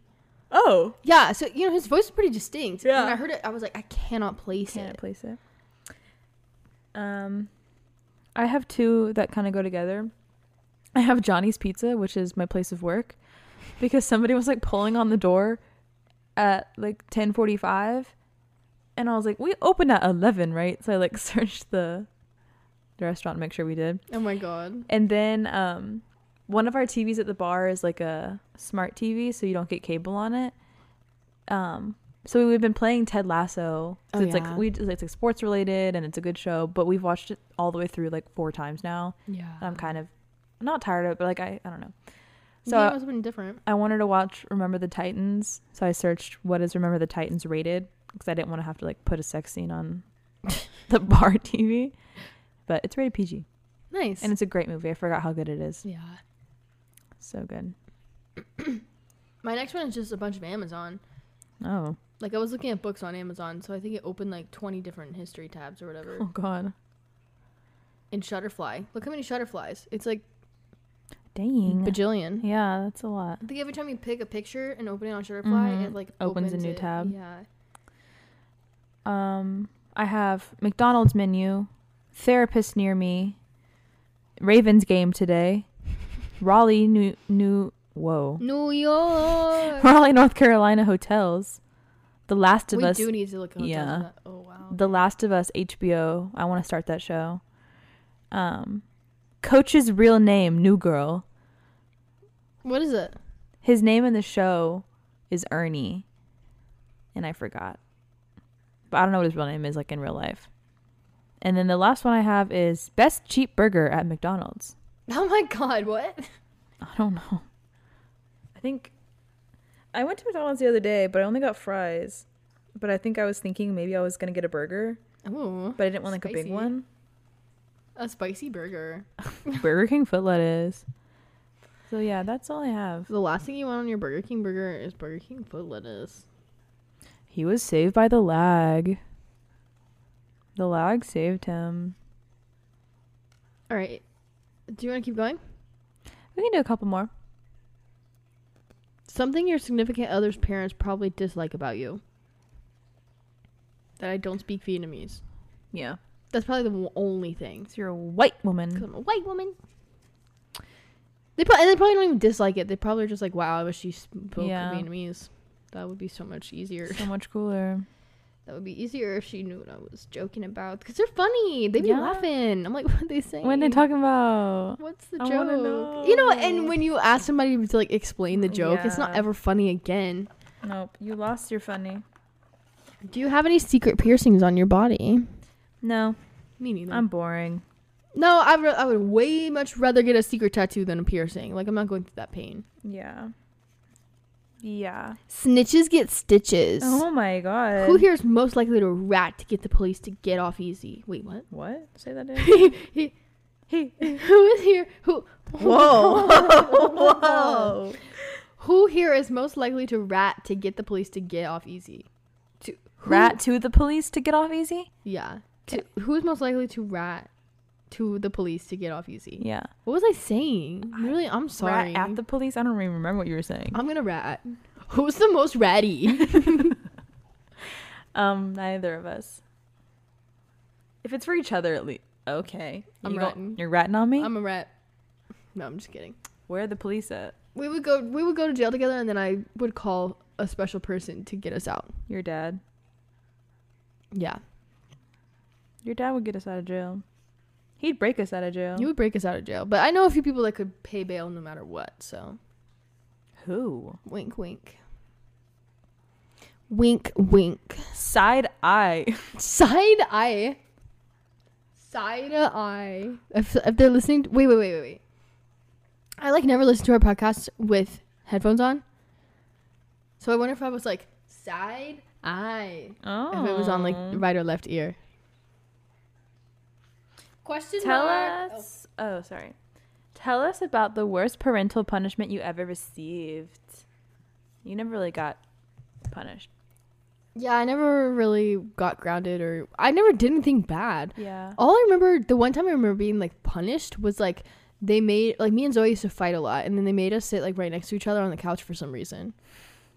A: Oh.
B: Yeah. So you know his voice is pretty distinct.
A: Yeah.
B: When I heard it, I was like, I cannot place
A: Can't
B: it.
A: place it. Um, I have two that kind of go together. I have Johnny's Pizza, which is my place of work, because somebody was like pulling on the door at like ten forty five, and I was like, "We opened at eleven, right?" So I like searched the the restaurant, to make sure we did,
B: Oh my god.
A: and then um, one of our TVs at the bar is like a smart TV, so you don't get cable on it. Um, so we've been playing Ted Lasso. So
B: Oh,
A: it's
B: yeah.
A: like we it's like sports related and it's a good show, but we've watched it all the way through like four times now.
B: Yeah.
A: I'm kind of not tired of it, but like I, I don't know.
B: So
A: So
B: it must have been different.
A: I wanted to watch Remember the Titans, so I searched what is Remember the Titans rated because I didn't want to have to like put a sex scene on the bar TV. But it's rated PG,
B: Nice.
A: and it's a great movie. I forgot how good it is.
B: yeah.
A: So good.
B: My next one is just a bunch of Amazon.
A: Oh.
B: Like I was looking at books on Amazon, so I think it opened like 20 different history tabs or whatever.
A: Oh god.
B: And Shutterfly. Look how many Shutterflies. It's like
A: Dang.
B: bajillion.
A: yeah, that's a lot.
B: I think every time you pick a picture and open it on Shutterfly,
A: Mhm.
B: it like
A: Opens a new
B: it.
A: tab.
B: Yeah.
A: Um I have McDonald's menu, therapist near me, Ravens game today, Raleigh new new whoa.
B: New York.
A: Raleigh, North Carolina hotels, The Last of
B: we
A: Us,
B: do need to look at hotels
A: yeah.
B: on that. Oh wow.
A: The Last of Us HBO. I want to start that show. Um Coach's real name, New Girl.
B: what is it?
A: His name in the show is Ernie, and I forgot. But I don't know what his real name is like in real life. And then the last one I have is best cheap burger at McDonald's.
B: Oh my god, what?
A: I don't know. I think I went to McDonald's the other day, but I only got fries. But I think I was thinking maybe I was gonna get a burger,
B: Ooh.
A: but I didn't want like a big
B: Spicy.
A: one.
B: A spicy burger.
A: Burger King footlet is. So yeah, that's all I have.
B: The last thing you want on your Burger King burger is Burger King foot lettuce.
A: He was saved by the lag. The lag saved him.
B: All right. Do you want to keep going?
A: We can do a couple more.
B: Something your significant other's parents probably dislike about you. That I don't speak Vietnamese.
A: Yeah.
B: That's probably the w- only thing.
A: So you're a white
B: Because
A: woman.
B: I'm a white woman. They probably and they probably don't even dislike it. They probably are just like, wow, I wish she spoke
A: Yeah.
B: Vietnamese. That would be so much easier.
A: So much cooler.
B: That would be easier if she knew what I was joking about. Because they're funny. They be
A: Yeah.
B: laughing. I'm like, what are they saying?
A: When they talking about
B: What's the
A: I
B: joke?
A: wanna
B: You know,
A: know.
B: and when you ask somebody to like explain the joke, it's not
A: Yeah.
B: ever funny again.
A: Nope, you lost your funny.
B: Do you have any secret piercings on your body?
A: No,
B: Me neither.
A: I'm boring.
B: no, I, re- I would way much rather get a secret tattoo than a piercing. Like, I'm not going through that pain.
A: Yeah. Yeah.
B: Snitches get stitches.
A: Oh my god.
B: Who here is most likely to rat to get the police to get off easy? Wait, what?
A: What? Say that again.
B: He- he- who is here? Who?
A: Whoa.
B: oh
A: Oh, Whoa.
B: Who here is most likely to rat to get the police to get off easy? To who-
A: Rat to the police to get off easy?
B: Yeah. To, who's most likely to rat to the police to get off easy?
A: Yeah.
B: What was I saying? Really, I'm sorry.
A: Rat at the police? I don't even remember what you were saying.
B: I'm gonna rat. Who's the most ratty?
A: Um, neither of us. If it's for each other at least. Okay.
B: I'm
A: you go-
B: ratting.
A: You're ratting on me?
B: I'm a rat. No, I'm just kidding.
A: Where are the police at?
B: We would go. We would go to jail together, and then I would call a special person to get us out.
A: Your dad.
B: Yeah,
A: Your dad would get us out of jail. He'd break us out of jail.
B: you would break us out of jail. But I know a few people that could pay bail no matter what. So
A: Who?
B: wink, wink, wink, wink.
A: Side eye.
B: Side eye. Side eye. If, if they're listening, to, wait, wait, wait, wait, wait. I like never listen to our podcast with headphones on. So I wonder if I was like side eye.
A: Oh.
B: If it was on like right or left ear. Question
A: Tell
B: mark.
A: us. Oh, sorry. Tell us about the worst parental punishment you ever received. You never really got punished.
B: Yeah, I never really got grounded or I never did anything bad.
A: Yeah.
B: All I remember, the one time I remember being like punished was like they made like me and Zoe used to fight a lot, and then they made us sit like right next to each other on the couch for some reason.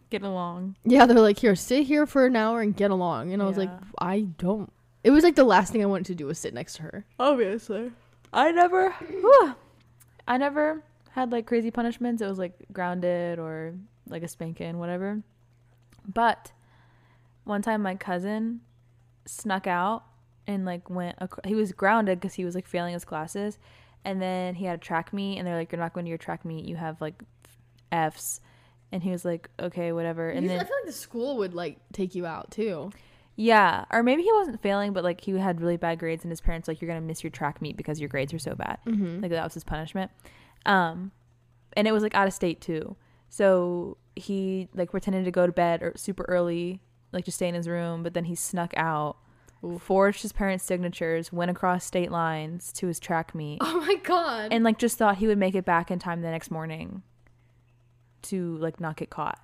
A: Getting along.
B: Yeah, they're like, here, sit here for an hour and get along, and I was like,
A: Yeah.
B: I don't. It was like the last thing I wanted to do was sit next to her.
A: Obviously. I never whew, I never had like crazy punishments. It was like grounded or like a spanking, whatever. But one time my cousin snuck out and like went ac- he was grounded cuz he was like failing his classes and then he had a track meet and they're like you're not going to your track meet. You have like Fs. And he was like, "Okay, whatever." And then
B: I feel like the school would like take you out too.
A: Yeah, or maybe he wasn't failing, but like he had really bad grades, and his parents were like, "You're gonna miss your track meet because your grades are so bad."
B: Mm-hmm.
A: Like that was his punishment. Um, and it was like out of state too, so he like pretended to go to bed or super early, like just stay in his room, but then he snuck out, forged his parents' signatures, went across state lines to his track meet,
B: Oh my god.
A: and like just thought he would make it back in time the next morning to like not get caught.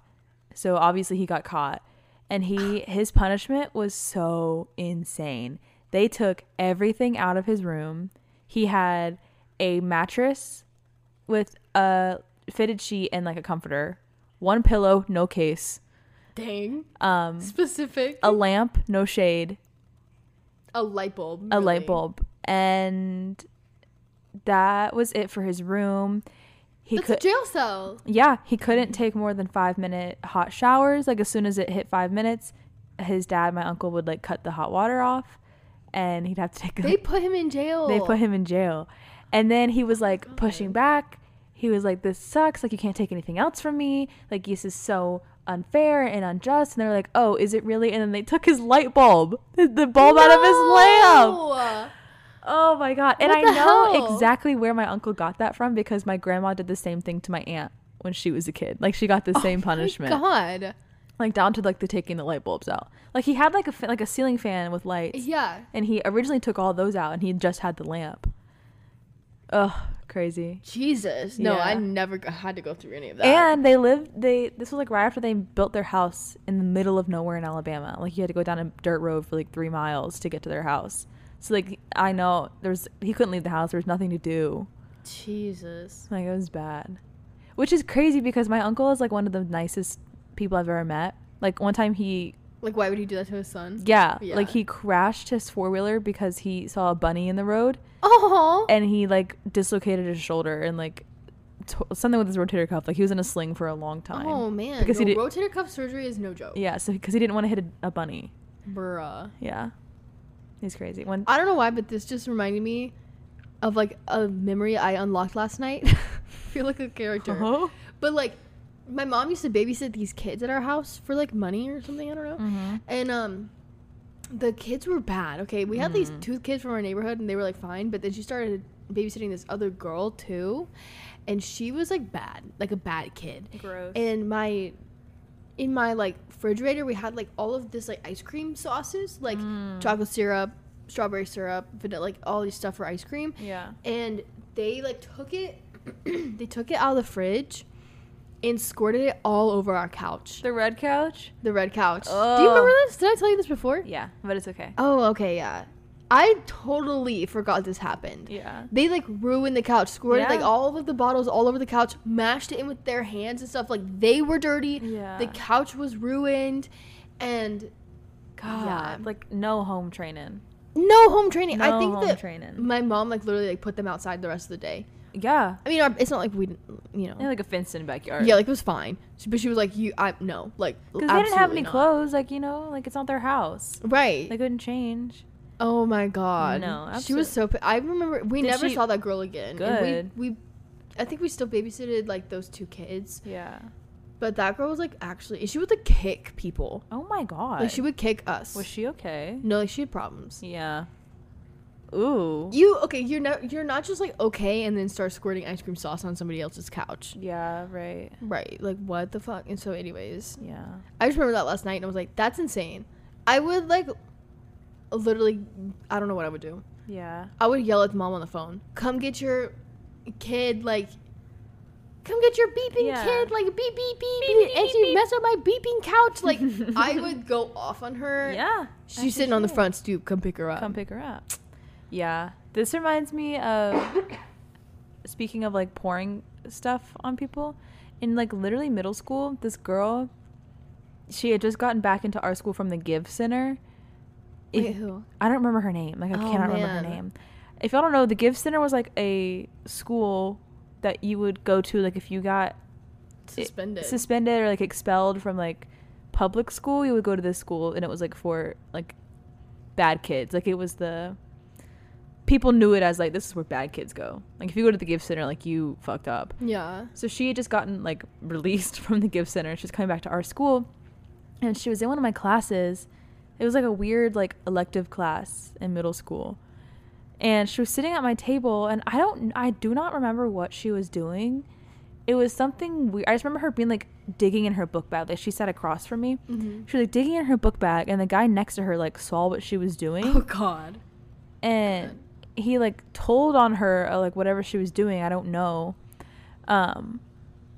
A: So obviously he got caught and he his punishment was so insane. They took everything out of his room. He had a mattress with a fitted sheet and like a comforter, one pillow, no case,
B: Dang.
A: um
B: Specific.
A: a lamp, no shade,
B: A light bulb.
A: a
B: really.
A: light bulb. And that was it for his room. He
B: That's
A: could
B: a jail cell.
A: Yeah, he couldn't take more than five minute hot showers. Like as soon as it hit five minutes, his dad, my uncle, would like cut the hot water off, and he'd have to take.
B: They put him in jail.
A: they put him in jail, and then he was like pushing back. He was like, "This sucks. Like you can't take anything else from me. Like this is so unfair and unjust." And they're like, "Oh, is it really?" And then they took his light bulb, the- the bulb out of his lamp.
B: lamp.
A: Oh my god! And
B: What
A: I
B: the
A: know
B: hell?
A: exactly where my uncle got that from because my grandma did the same thing to my aunt when she was a kid. Like she got the same punishment,
B: Oh God.
A: like down to like the taking the light bulbs out. Like he had like a fa- like a ceiling fan with lights,
B: Yeah.
A: and he originally took all those out, and he just had the lamp. Ugh, crazy.
B: Jesus. No,
A: Yeah.
B: I never g- had to go through any of that.
A: And they lived. They this was like right after they built their house in the middle of nowhere in Alabama. Like you had to go down a dirt road for like three miles to get to their house. So like I know there's he couldn't leave the house. There was nothing to do.
B: Jesus.
A: Like it was bad, which is crazy because my uncle is like one of the nicest people I've ever met. Like one time he,
B: Like, why would he do that to his son?
A: yeah,
B: Yeah.
A: like he crashed his four wheeler because he saw a bunny in the road
B: Oh.
A: and he like dislocated his shoulder and like t- something with his rotator cuff. Like he was in a sling for a long time.
B: Oh man.
A: because
B: Because
A: he did-
B: rotator cuff surgery is no joke.
A: Yeah, so because he didn't want to hit a, a bunny.
B: Bruh.
A: Yeah, he's crazy. One,
B: I don't know why, but this just reminded me of like a memory I unlocked last night. I feel like a character.
A: oh,
B: But like my mom used to babysit these kids at our house for like money or something, I don't know.
A: Mm-hmm.
B: And um the kids were bad. Okay, we had these two kids from our neighborhood and they were like fine, but then she started babysitting this other girl too, and she was like bad, like a bad kid.
A: gross.
B: And my in my like refrigerator, we had like all of this like ice cream sauces, like chocolate syrup, strawberry syrup, vanilla, like all these stuff for ice cream
A: yeah,
B: and they like took it they took it out of the fridge and squirted it all over our couch
A: the red couch.
B: the red couch do you remember this did i tell you this before
A: Yeah, but it's okay.
B: oh okay yeah i totally forgot this happened
A: Yeah,
B: they like ruined the couch squirted
A: Yeah.
B: like all of the bottles all over the couch mashed it in with their hands and stuff like they were dirty
A: Yeah.
B: the couch was ruined and
A: God, like no home training.
B: no home training
A: No
B: i think
A: home
B: that
A: training.
B: my mom like literally like put them outside the rest of the day
A: Yeah.
B: i mean our, it's not like we didn't you know
A: They had like a fenced in backyard.
B: Oh. Yeah, like it was fine. She, but she was like, "You, I no, like
A: Because they didn't have
B: absolutely
A: any
B: not.
A: clothes. Like, you know, like it's not their house.
B: Right.
A: They couldn't change.
B: oh my god.
A: No,
B: she was so. pa- I remember we
A: Did
B: never
A: she-
B: saw that girl again. And
A: Good.
B: we, we, I think we still babysitted like those two kids,
A: Yeah.
B: but that girl was like actually she would like kick people.
A: Oh my God.
B: Like she would kick us.
A: was she okay?
B: no, like she had problems.
A: Yeah. Ooh.
B: You okay? You're not. You're not just like okay, and then start squirting ice cream sauce on somebody else's couch.
A: Yeah, right.
B: Right. Like what the fuck? And so, anyways,
A: Yeah.
B: I just remember that last night and I was like, that's insane. I would like literally I don't know what I would do.
A: Yeah.
B: I would yell at mom on the phone. Come get your kid like come get your beeping
A: Yeah.
B: kid like beep beep beep,
A: Beep,
B: beep,
A: beep,
B: and
A: beep,
B: you
A: beep.
B: mess up my beeping couch like i would go off on her
A: Yeah.
B: she's sitting on the front stoop come pick her up
A: Come pick her up. Yeah. This reminds me of speaking of like pouring stuff on people. In like literally middle school, this girl she had just gotten back into our school from the Give Center. If-
B: Wait, who?
A: I don't remember her name. Like I
B: Oh,
A: cannot remember her
B: man.
A: name. If y'all don't know, the Give Center was like a school that you would go to like if you got it-
B: suspended
A: suspended or like expelled from like public school you would go to this school and it was like for like bad kids like it was the people knew it as like this is where bad kids go like if you go to the gift center like you fucked up
B: yeah
A: so she had just gotten like released from the gift center and she was coming back to our school and she was in one of my classes it was like a weird like elective class in middle school and she was sitting at my table and i don't i do not remember what she was doing it was something weird i just remember her being like digging in her book bag like she sat across from me
B: Mm-hmm.
A: she was like digging in her book bag and the guy next to her like saw what she was doing
B: oh god
A: and he like told on her uh, like whatever she was doing i don't know um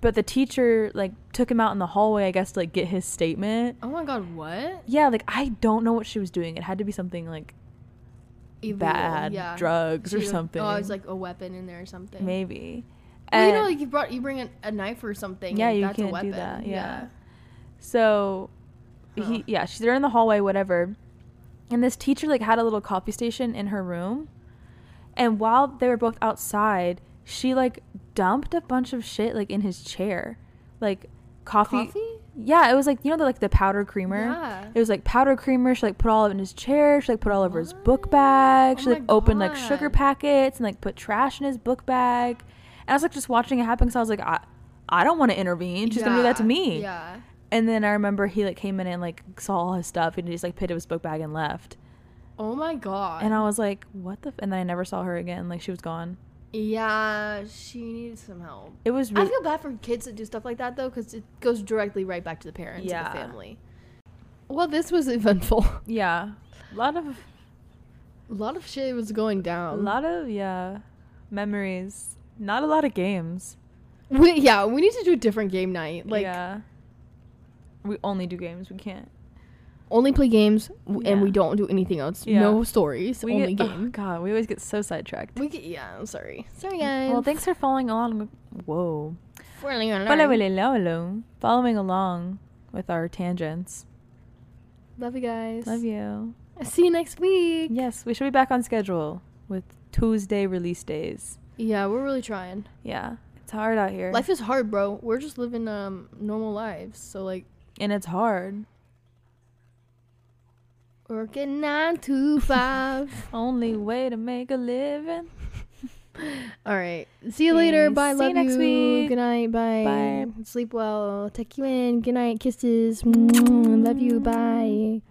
A: but the teacher like took him out in the hallway i guess to like get his statement
B: oh my god what
A: yeah like i don't know what she was doing it had to be something like
B: Illegal,
A: bad drugs or
B: She-
A: something
B: oh i was like a weapon in there or something
A: maybe
B: well, you know
A: And-
B: like you brought you bring a, a knife or something
A: Yeah,
B: and
A: you
B: that's a
A: can't
B: weapon
A: do that. Yeah. So
B: Huh.
A: he yeah, she's there in the hallway, whatever. And this teacher like had a little copy station in her room. And while they were both outside, she like dumped a bunch of shit like in his chair. Like coffee.
B: coffee
A: Yeah, it was like you know the like the powder creamer.
B: Yeah.
A: It was like powder creamer. She like put all of it in his chair. She like put all over his book bag.
B: Oh
A: She
B: my
A: like opened like sugar
B: God.
A: packets and like put trash in his book bag. And I was like just watching it happen because I was like I, I don't want to intervene. She's gonna do that to
B: Yeah,
A: me.
B: yeah
A: And then I remember he like came in and like saw all his stuff and he just like picked up his book bag and left.
B: oh my god
A: And I was like, what the? F-? And then I never saw her again. Like she was gone.
B: yeah she needed some help
A: It was
B: I
A: really
B: feel bad for kids that do stuff like that though, because it goes directly right back to the parents, and
A: Yeah.
B: the family. Well, this was eventful.
A: yeah, a lot of
B: A lot of shit was going
A: a
B: down.
A: lot of yeah memories. Not a lot of games.
B: We, yeah, we need to do a different game night. Like
A: yeah, we only do games. We can't.
B: only play games, w and
A: Yeah.
B: we don't do anything else.
A: Yeah.
B: No stories.
A: We
B: only
A: get, oh,
B: game.
A: God, we always get so sidetracked.
B: We get, yeah. I'm sorry. Sorry guys.
A: Well, thanks for following along. Whoa.
B: For learning and learning.
A: Following along with our tangents.
B: Love you guys.
A: Love you.
B: See you next week.
A: Yes, we should be back on schedule with Tuesday release days.
B: Yeah, we're really trying.
A: Yeah, it's hard out here.
B: Life is hard, bro. We're just living um normal lives. So like
A: and it's hard.
B: working nine to five.
A: Only way to make a living.
B: All right. See you later.
A: Peace.
B: Bye.
A: See you
B: Love
A: next week.
B: Good night. Bye.
A: Bye.
B: Sleep well. Take you in. Good night. Kisses. Mwah. Love you. Bye.